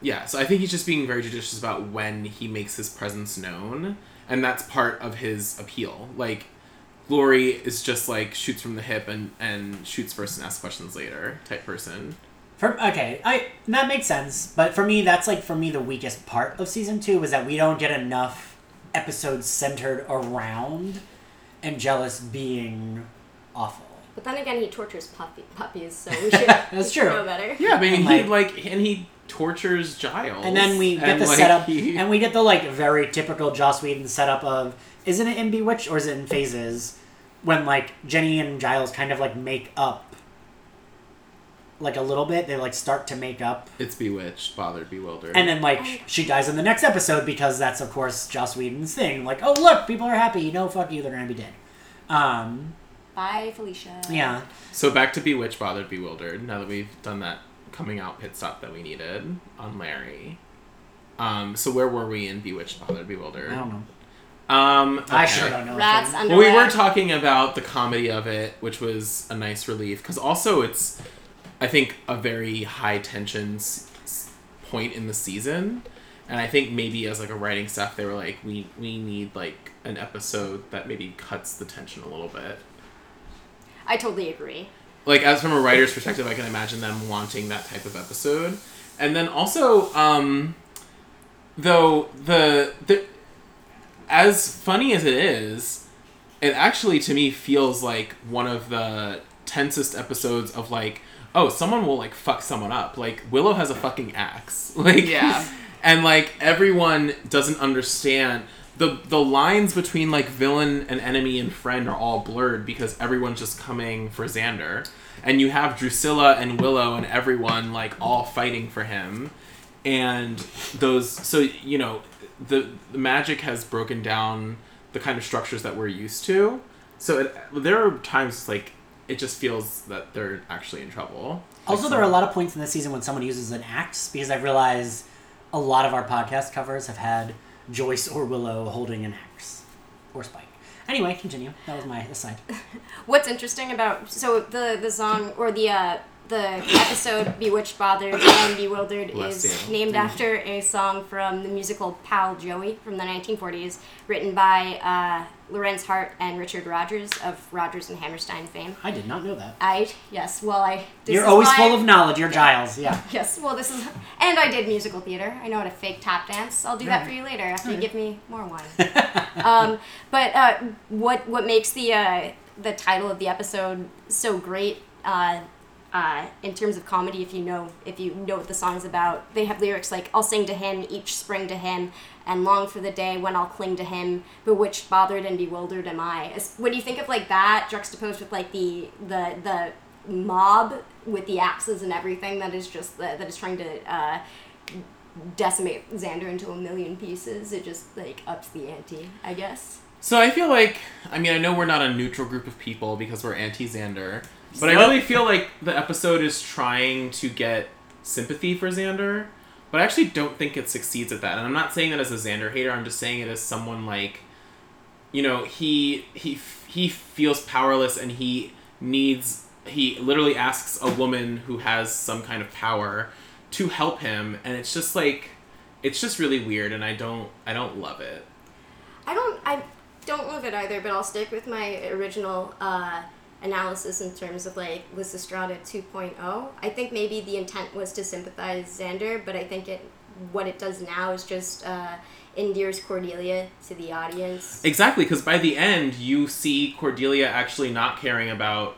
yeah, so I think he's just being very judicious about when he makes his presence known, and that's part of his appeal. Like Glory is just like shoots from the hip and and shoots first and asks questions later type person.
For, okay, I that makes sense. But for me, that's like for me the weakest part of season two is that we don't get enough episodes centered around Angelus being awful.
But then again, he tortures puppy, puppies, so we should that's
true.
know better.
Yeah, but I mean,
And,
he like and he tortures Giles.
And then we get
and,
the
like,
setup,
he-
and we get the like very typical Joss Whedon setup of isn't it in Bewitched or is it in Phases when like Jenny and Giles kind of like make up like a little bit. They like start to make up
it's bewitched, bothered, bewildered.
And then, like, she dies in the next episode because that's, of course, Joss Whedon's thing. Like, oh, look, people are happy. No, fuck you, they're going to be dead. Um,
Bye, Felicia.
yeah.
So back to Bewitched, Bothered, Bewildered. Now that we've done that coming out pit stop that we needed on Larry. Um, so where were we in Bewitched, Bothered, Bewildered?
I don't know.
Um,
I
okay.
sure don't know.
Rats
Thing.
Well,
underwear.
we were talking about the comedy of it, which was a nice relief because also it's, I think, a very high tension s- s- point in the season, and I think maybe as like a writing staff, they were like, we we need like an episode that maybe cuts the tension a little bit.
I totally agree.
like as from a writer's perspective i can imagine them wanting that type of episode and then also um though the the as funny as it is it actually to me feels like one of the tensest episodes of like oh someone will like fuck someone up like willow has a fucking axe (laughs) like
Yeah.
and like everyone doesn't understand the the lines between like villain and enemy and friend are all blurred because everyone's just coming for Xander, and you have Drusilla and Willow and everyone like all fighting for him, and those so you know the, the magic has broken down the kind of structures that we're used to, so it, there are times like it just feels that they're actually in trouble.
Also, there are a lot of points in this season when someone uses an axe because I realize a lot of our podcast covers have had Joyce or Willow holding an axe or Spike. Anyway, continue. That was my aside.
What's interesting about so the the song or the uh, the episode Bewitched, Bothered, and Bewildered
Bless
is
you.
named after a song from the musical Pal Joey from the 1940s, written by uh, Lorenz Hart and Richard Rogers of Rogers and Hammerstein fame.
I did not know that.
I, yes, well, I. This
You're
is
always
why-
full of knowledge. You're Giles. Yeah.
Yes, well, this is. And I did musical theater. I know how to fake tap dance. I'll do that for
Alright.
you later after you give me more
(laughs)
wine. um, but uh, what what makes the uh, the title of the episode so great uh, uh, in terms of comedy? If you know if you know what the song's about, they have lyrics like "I'll sing to him each spring to him." And long for the day when I'll cling to him, bewitched, bothered, and bewildered am I. As- When you think of like that, juxtaposed with like the the the mob with the axes and everything that is just that is trying to uh, decimate Xander into a million pieces. It just like ups the ante, I guess.
So I feel like I mean I know we're not a neutral group of people because we're anti Xander, but I
Yep.
really feel like the episode is trying to get sympathy for Xander, but I actually don't think it succeeds at that. And I'm not saying that as a Xander hater. I'm just saying it as someone like, you know, he he f- he feels powerless and he needs he literally asks a woman who has some kind of power to help him, and it's just like it's just really weird, and I don't I don't love it.
I don't I don't love it either, but I'll stick with my original uh, analysis in terms of like was Estrada 2.0. I think maybe the intent was to sympathize Xander, but I think it what it does now is just uh, endears Cordelia to the audience.
Exactly, because by the end, you see Cordelia actually not caring about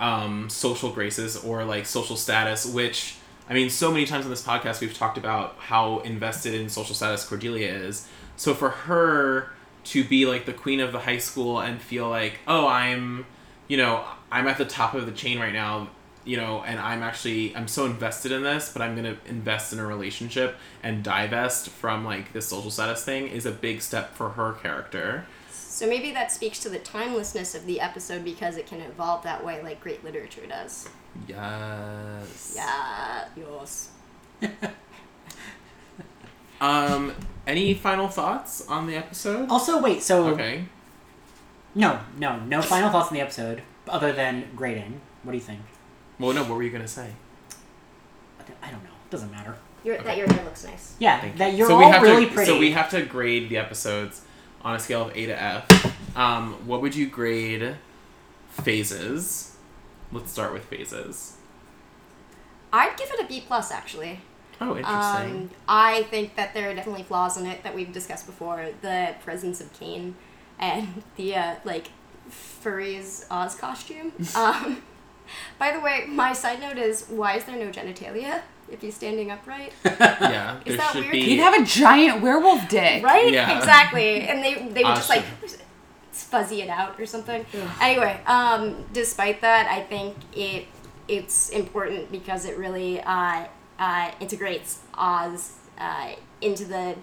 um, social graces or like social status, which I mean, so many times on this podcast, we've talked about how invested in social status Cordelia is. So for her to be like the queen of the high school and feel like, oh, I'm, you know, I'm at the top of the chain right now, you know, and I'm actually, I'm so invested in this, but I'm going to invest in a relationship and divest from like this social status thing is a big step for her character.
So maybe that speaks to the timelessness of the episode because it can evolve that way like great literature does.
Yes.
Yeah, yours.
Um, any final thoughts on the episode?
Also, wait. So
Okay.
no, no, no final thoughts on the episode other than grading. What do you think?
Well, no, what were you going to say?
I don't know. Doesn't matter.
Your, That your hair looks nice.
Yeah,
Thank
that
you.
you're
so we
all
have
really
to,
pretty.
So we have to grade the episodes on a scale of A to F. Um, what would you grade phases? Let's start with phases.
I'd give it a B plus actually.
Oh, interesting.
Um, I think that there are definitely flaws in it that we've discussed before. The presence of Kane and the uh, like furry's Oz costume. Um, by the way, my side note is why is there no genitalia if he's standing upright?
yeah, there
that
should
weird?
be.
He'd have a giant werewolf dick.
Right?
Yeah.
Exactly. And they they would just like
Awesome.
fuzzy it out or something. Anyway, um, despite that, I think it it's important because it really uh, uh, integrates Oz uh, into the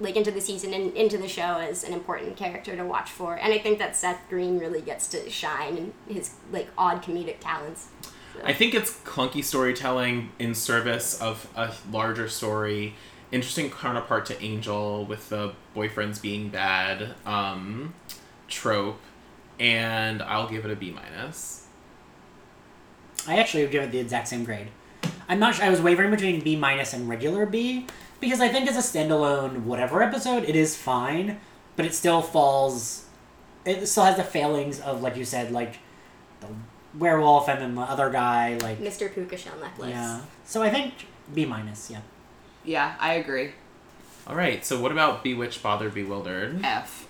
like into the season and into the show as an important character to watch for. And I think that Seth Green really gets to shine in his like odd comedic talents.
I think it's clunky storytelling in service of a larger story. Interesting counterpart to Angel with the boyfriends being bad um, trope, and I'll give it a B minus.
I actually would give it the exact same grade. I'm not. Sure, I was wavering between B minus and regular B because I think as a standalone whatever episode, it is fine, but it still falls. It still has the failings of like you said, like the werewolf and then the other guy, like
Mr. Puka Shell necklace.
yeah. So I think B minus. Yeah.
Yeah, I agree.
All right, so what about Bewitched, Bothered, Bewildered?
F.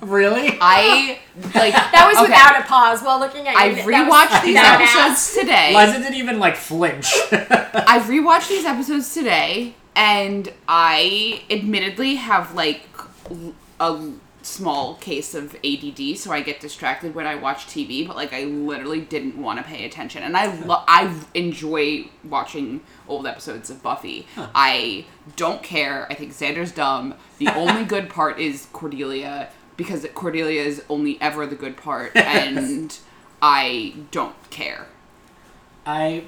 Really?
I
(laughs)
like
That was
okay,
without a pause while looking at
I
you. That was- (laughs)
rewatched these
that was-
episodes today.
Liza didn't even like flinch.
(laughs) I rewatched these episodes today, and I admittedly have like l- a small case of ADD, so I get distracted when I watch TV. But like, I literally didn't want to pay attention, and I lo- I enjoy watching old episodes of Buffy. I don't care. I think Xander's dumb. The only good part is Cordelia because Cordelia is only ever the good part, and I don't care.
I,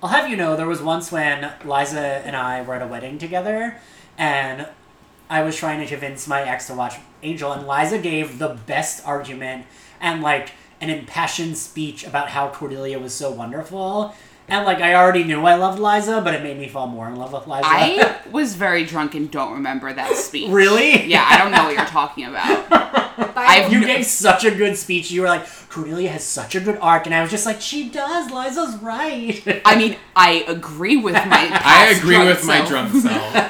I'll have you know, there was once when Liza and I were at a wedding together, and I was trying to convince my ex to watch Angel, and Liza gave the best argument and like an impassioned speech about how Cordelia was so wonderful. And like I already knew I loved Liza, but it made me fall more in love with Liza.
I
(laughs)
was very drunk and don't remember that speech.
Really?
Yeah, I don't know what you're talking about.
(laughs)
I've-
you gave such a good speech. You were like, Cordelia has such a good arc, and I was just like, she does. Liza's right. (laughs)
I mean, I agree with
(laughs)
my.
I
past
agree
drunk
with my
self,
drunk
(laughs)
self.
but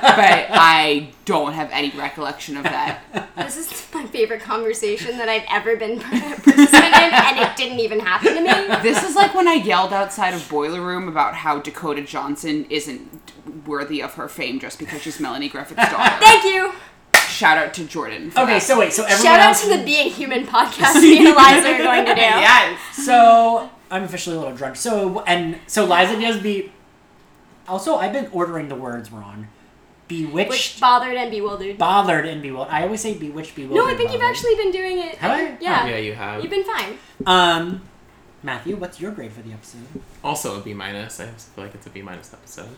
I don't have any recollection of that.
This is (laughs) my favorite conversation that I've ever been (laughs) participant in, and it didn't even happen to me.
This is like when I yelled outside of Boiler Room about how Dakota Johnson isn't worthy of her fame just because she's Melanie
(laughs)
Griffith's daughter.
Thank you.
Shout out to Jordan. for
okay,
that.
so wait, so everyone
Shout out
else,
to the Being Human
(laughs)
podcast me and Eliza are going (laughs) to do.
yes.
So I'm officially a little drunk. So and so Liza does be. Also, I've been ordering the words wrong. Bewitched,
Which bothered and bewildered.
bothered, and bewildered. I always say bewitched, bewildered.
no, I think you've
bothered.
actually been doing it.
Have I? Oh,
Yeah.
Yeah, you have.
You've been fine.
Um, Matthew, what's your grade for the episode?
also a B minus. I feel like it's a B minus episode.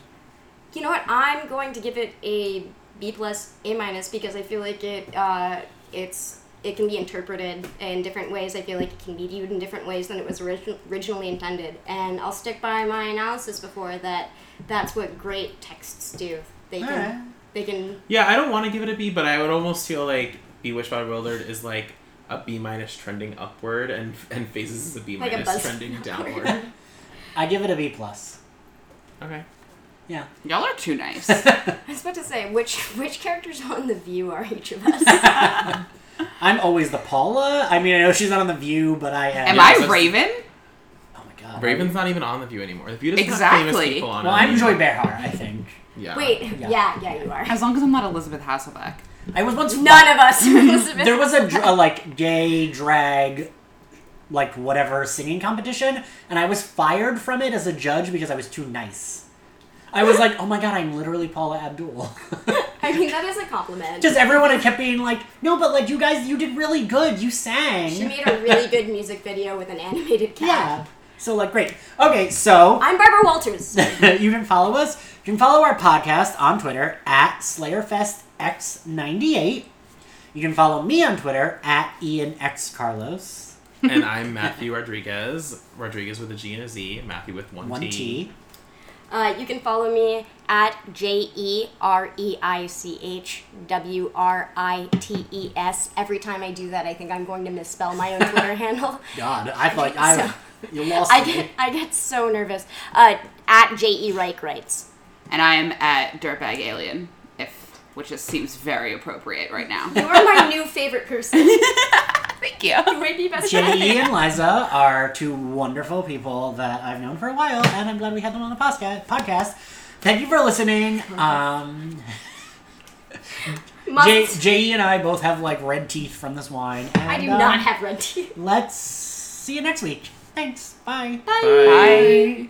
You know what? I'm going to give it a B plus, A minus because I feel like it uh, it's it can be interpreted in different ways. I feel like it can be viewed in different ways than it was origi- originally intended. And I'll stick by my analysis before that. That's what great texts do. They can
Alright.
they can
Yeah, I don't want to give it a B, but I would almost feel like Bewitched by Bewildered is like a B minus trending upward, and and Phases is a B
Like a
minus
buzz
trending
(laughs) upward.
downward.
I give it a B plus.
okay.
Yeah. (laughs)
Y'all are too
(laughs)
nice.
I was about to say which which characters on the view are each of us.
(laughs)
I'm always the Paula. I mean, I know she's not on the View, but I am.
Am
Yeah,
I
so-
Raven?
Oh my god.
Raven's not even on the View anymore. The View doesn't have
Exactly.
famous people on
Well,
it
I'm
anymore.
Joy Behar, I think.
(laughs) Yeah.
Wait,
Yeah.
yeah. yeah, you are.
As long as I'm not Elizabeth Hasselbeck.
I was once
None of us. are
(laughs)
Elizabeth.
there was a, dr- a like gay drag like whatever singing competition and i was fired from it as a judge because i was too nice i was like oh my god i'm literally paula abdul
(laughs)
(laughs)
I mean, that is a compliment.
just everyone had kept being like no but like you guys you did really good you sang
she made a really good music video with an animated cat.
yeah so like great okay so (laughs)
I'm Barbara Walters.
you can follow us. You can follow our podcast on Twitter at SlayerFestX98. You can follow me on Twitter at IanXCarlos.
(laughs) and I'm Matthew Rodriguez. Rodriguez with a G and a Z. Matthew with one,
One
T.
T.
Uh, you can follow me at J E R E I C H W R I T E S. Every time I do that, I think I'm going to misspell my
(laughs)
own Twitter handle.
God, I feel like I you lost
I
me.
get I get so nervous. Uh, at J E Reich writes.
And I am at Dirtbag Alien, if which just seems very appropriate right now.
You are my new
(laughs)
favorite person. You
Thank you.
might be best friend. (laughs)
Jenny and Liza are two wonderful people that I've known for a while, and I'm glad we had them on the posca- podcast. Thank you for listening. Um,
Must-
J- E? JE and I both have like red teeth from this wine. And,
I do
um,
not have red teeth.
Let's see you next week. Thanks. Bye.
Bye.
Bye.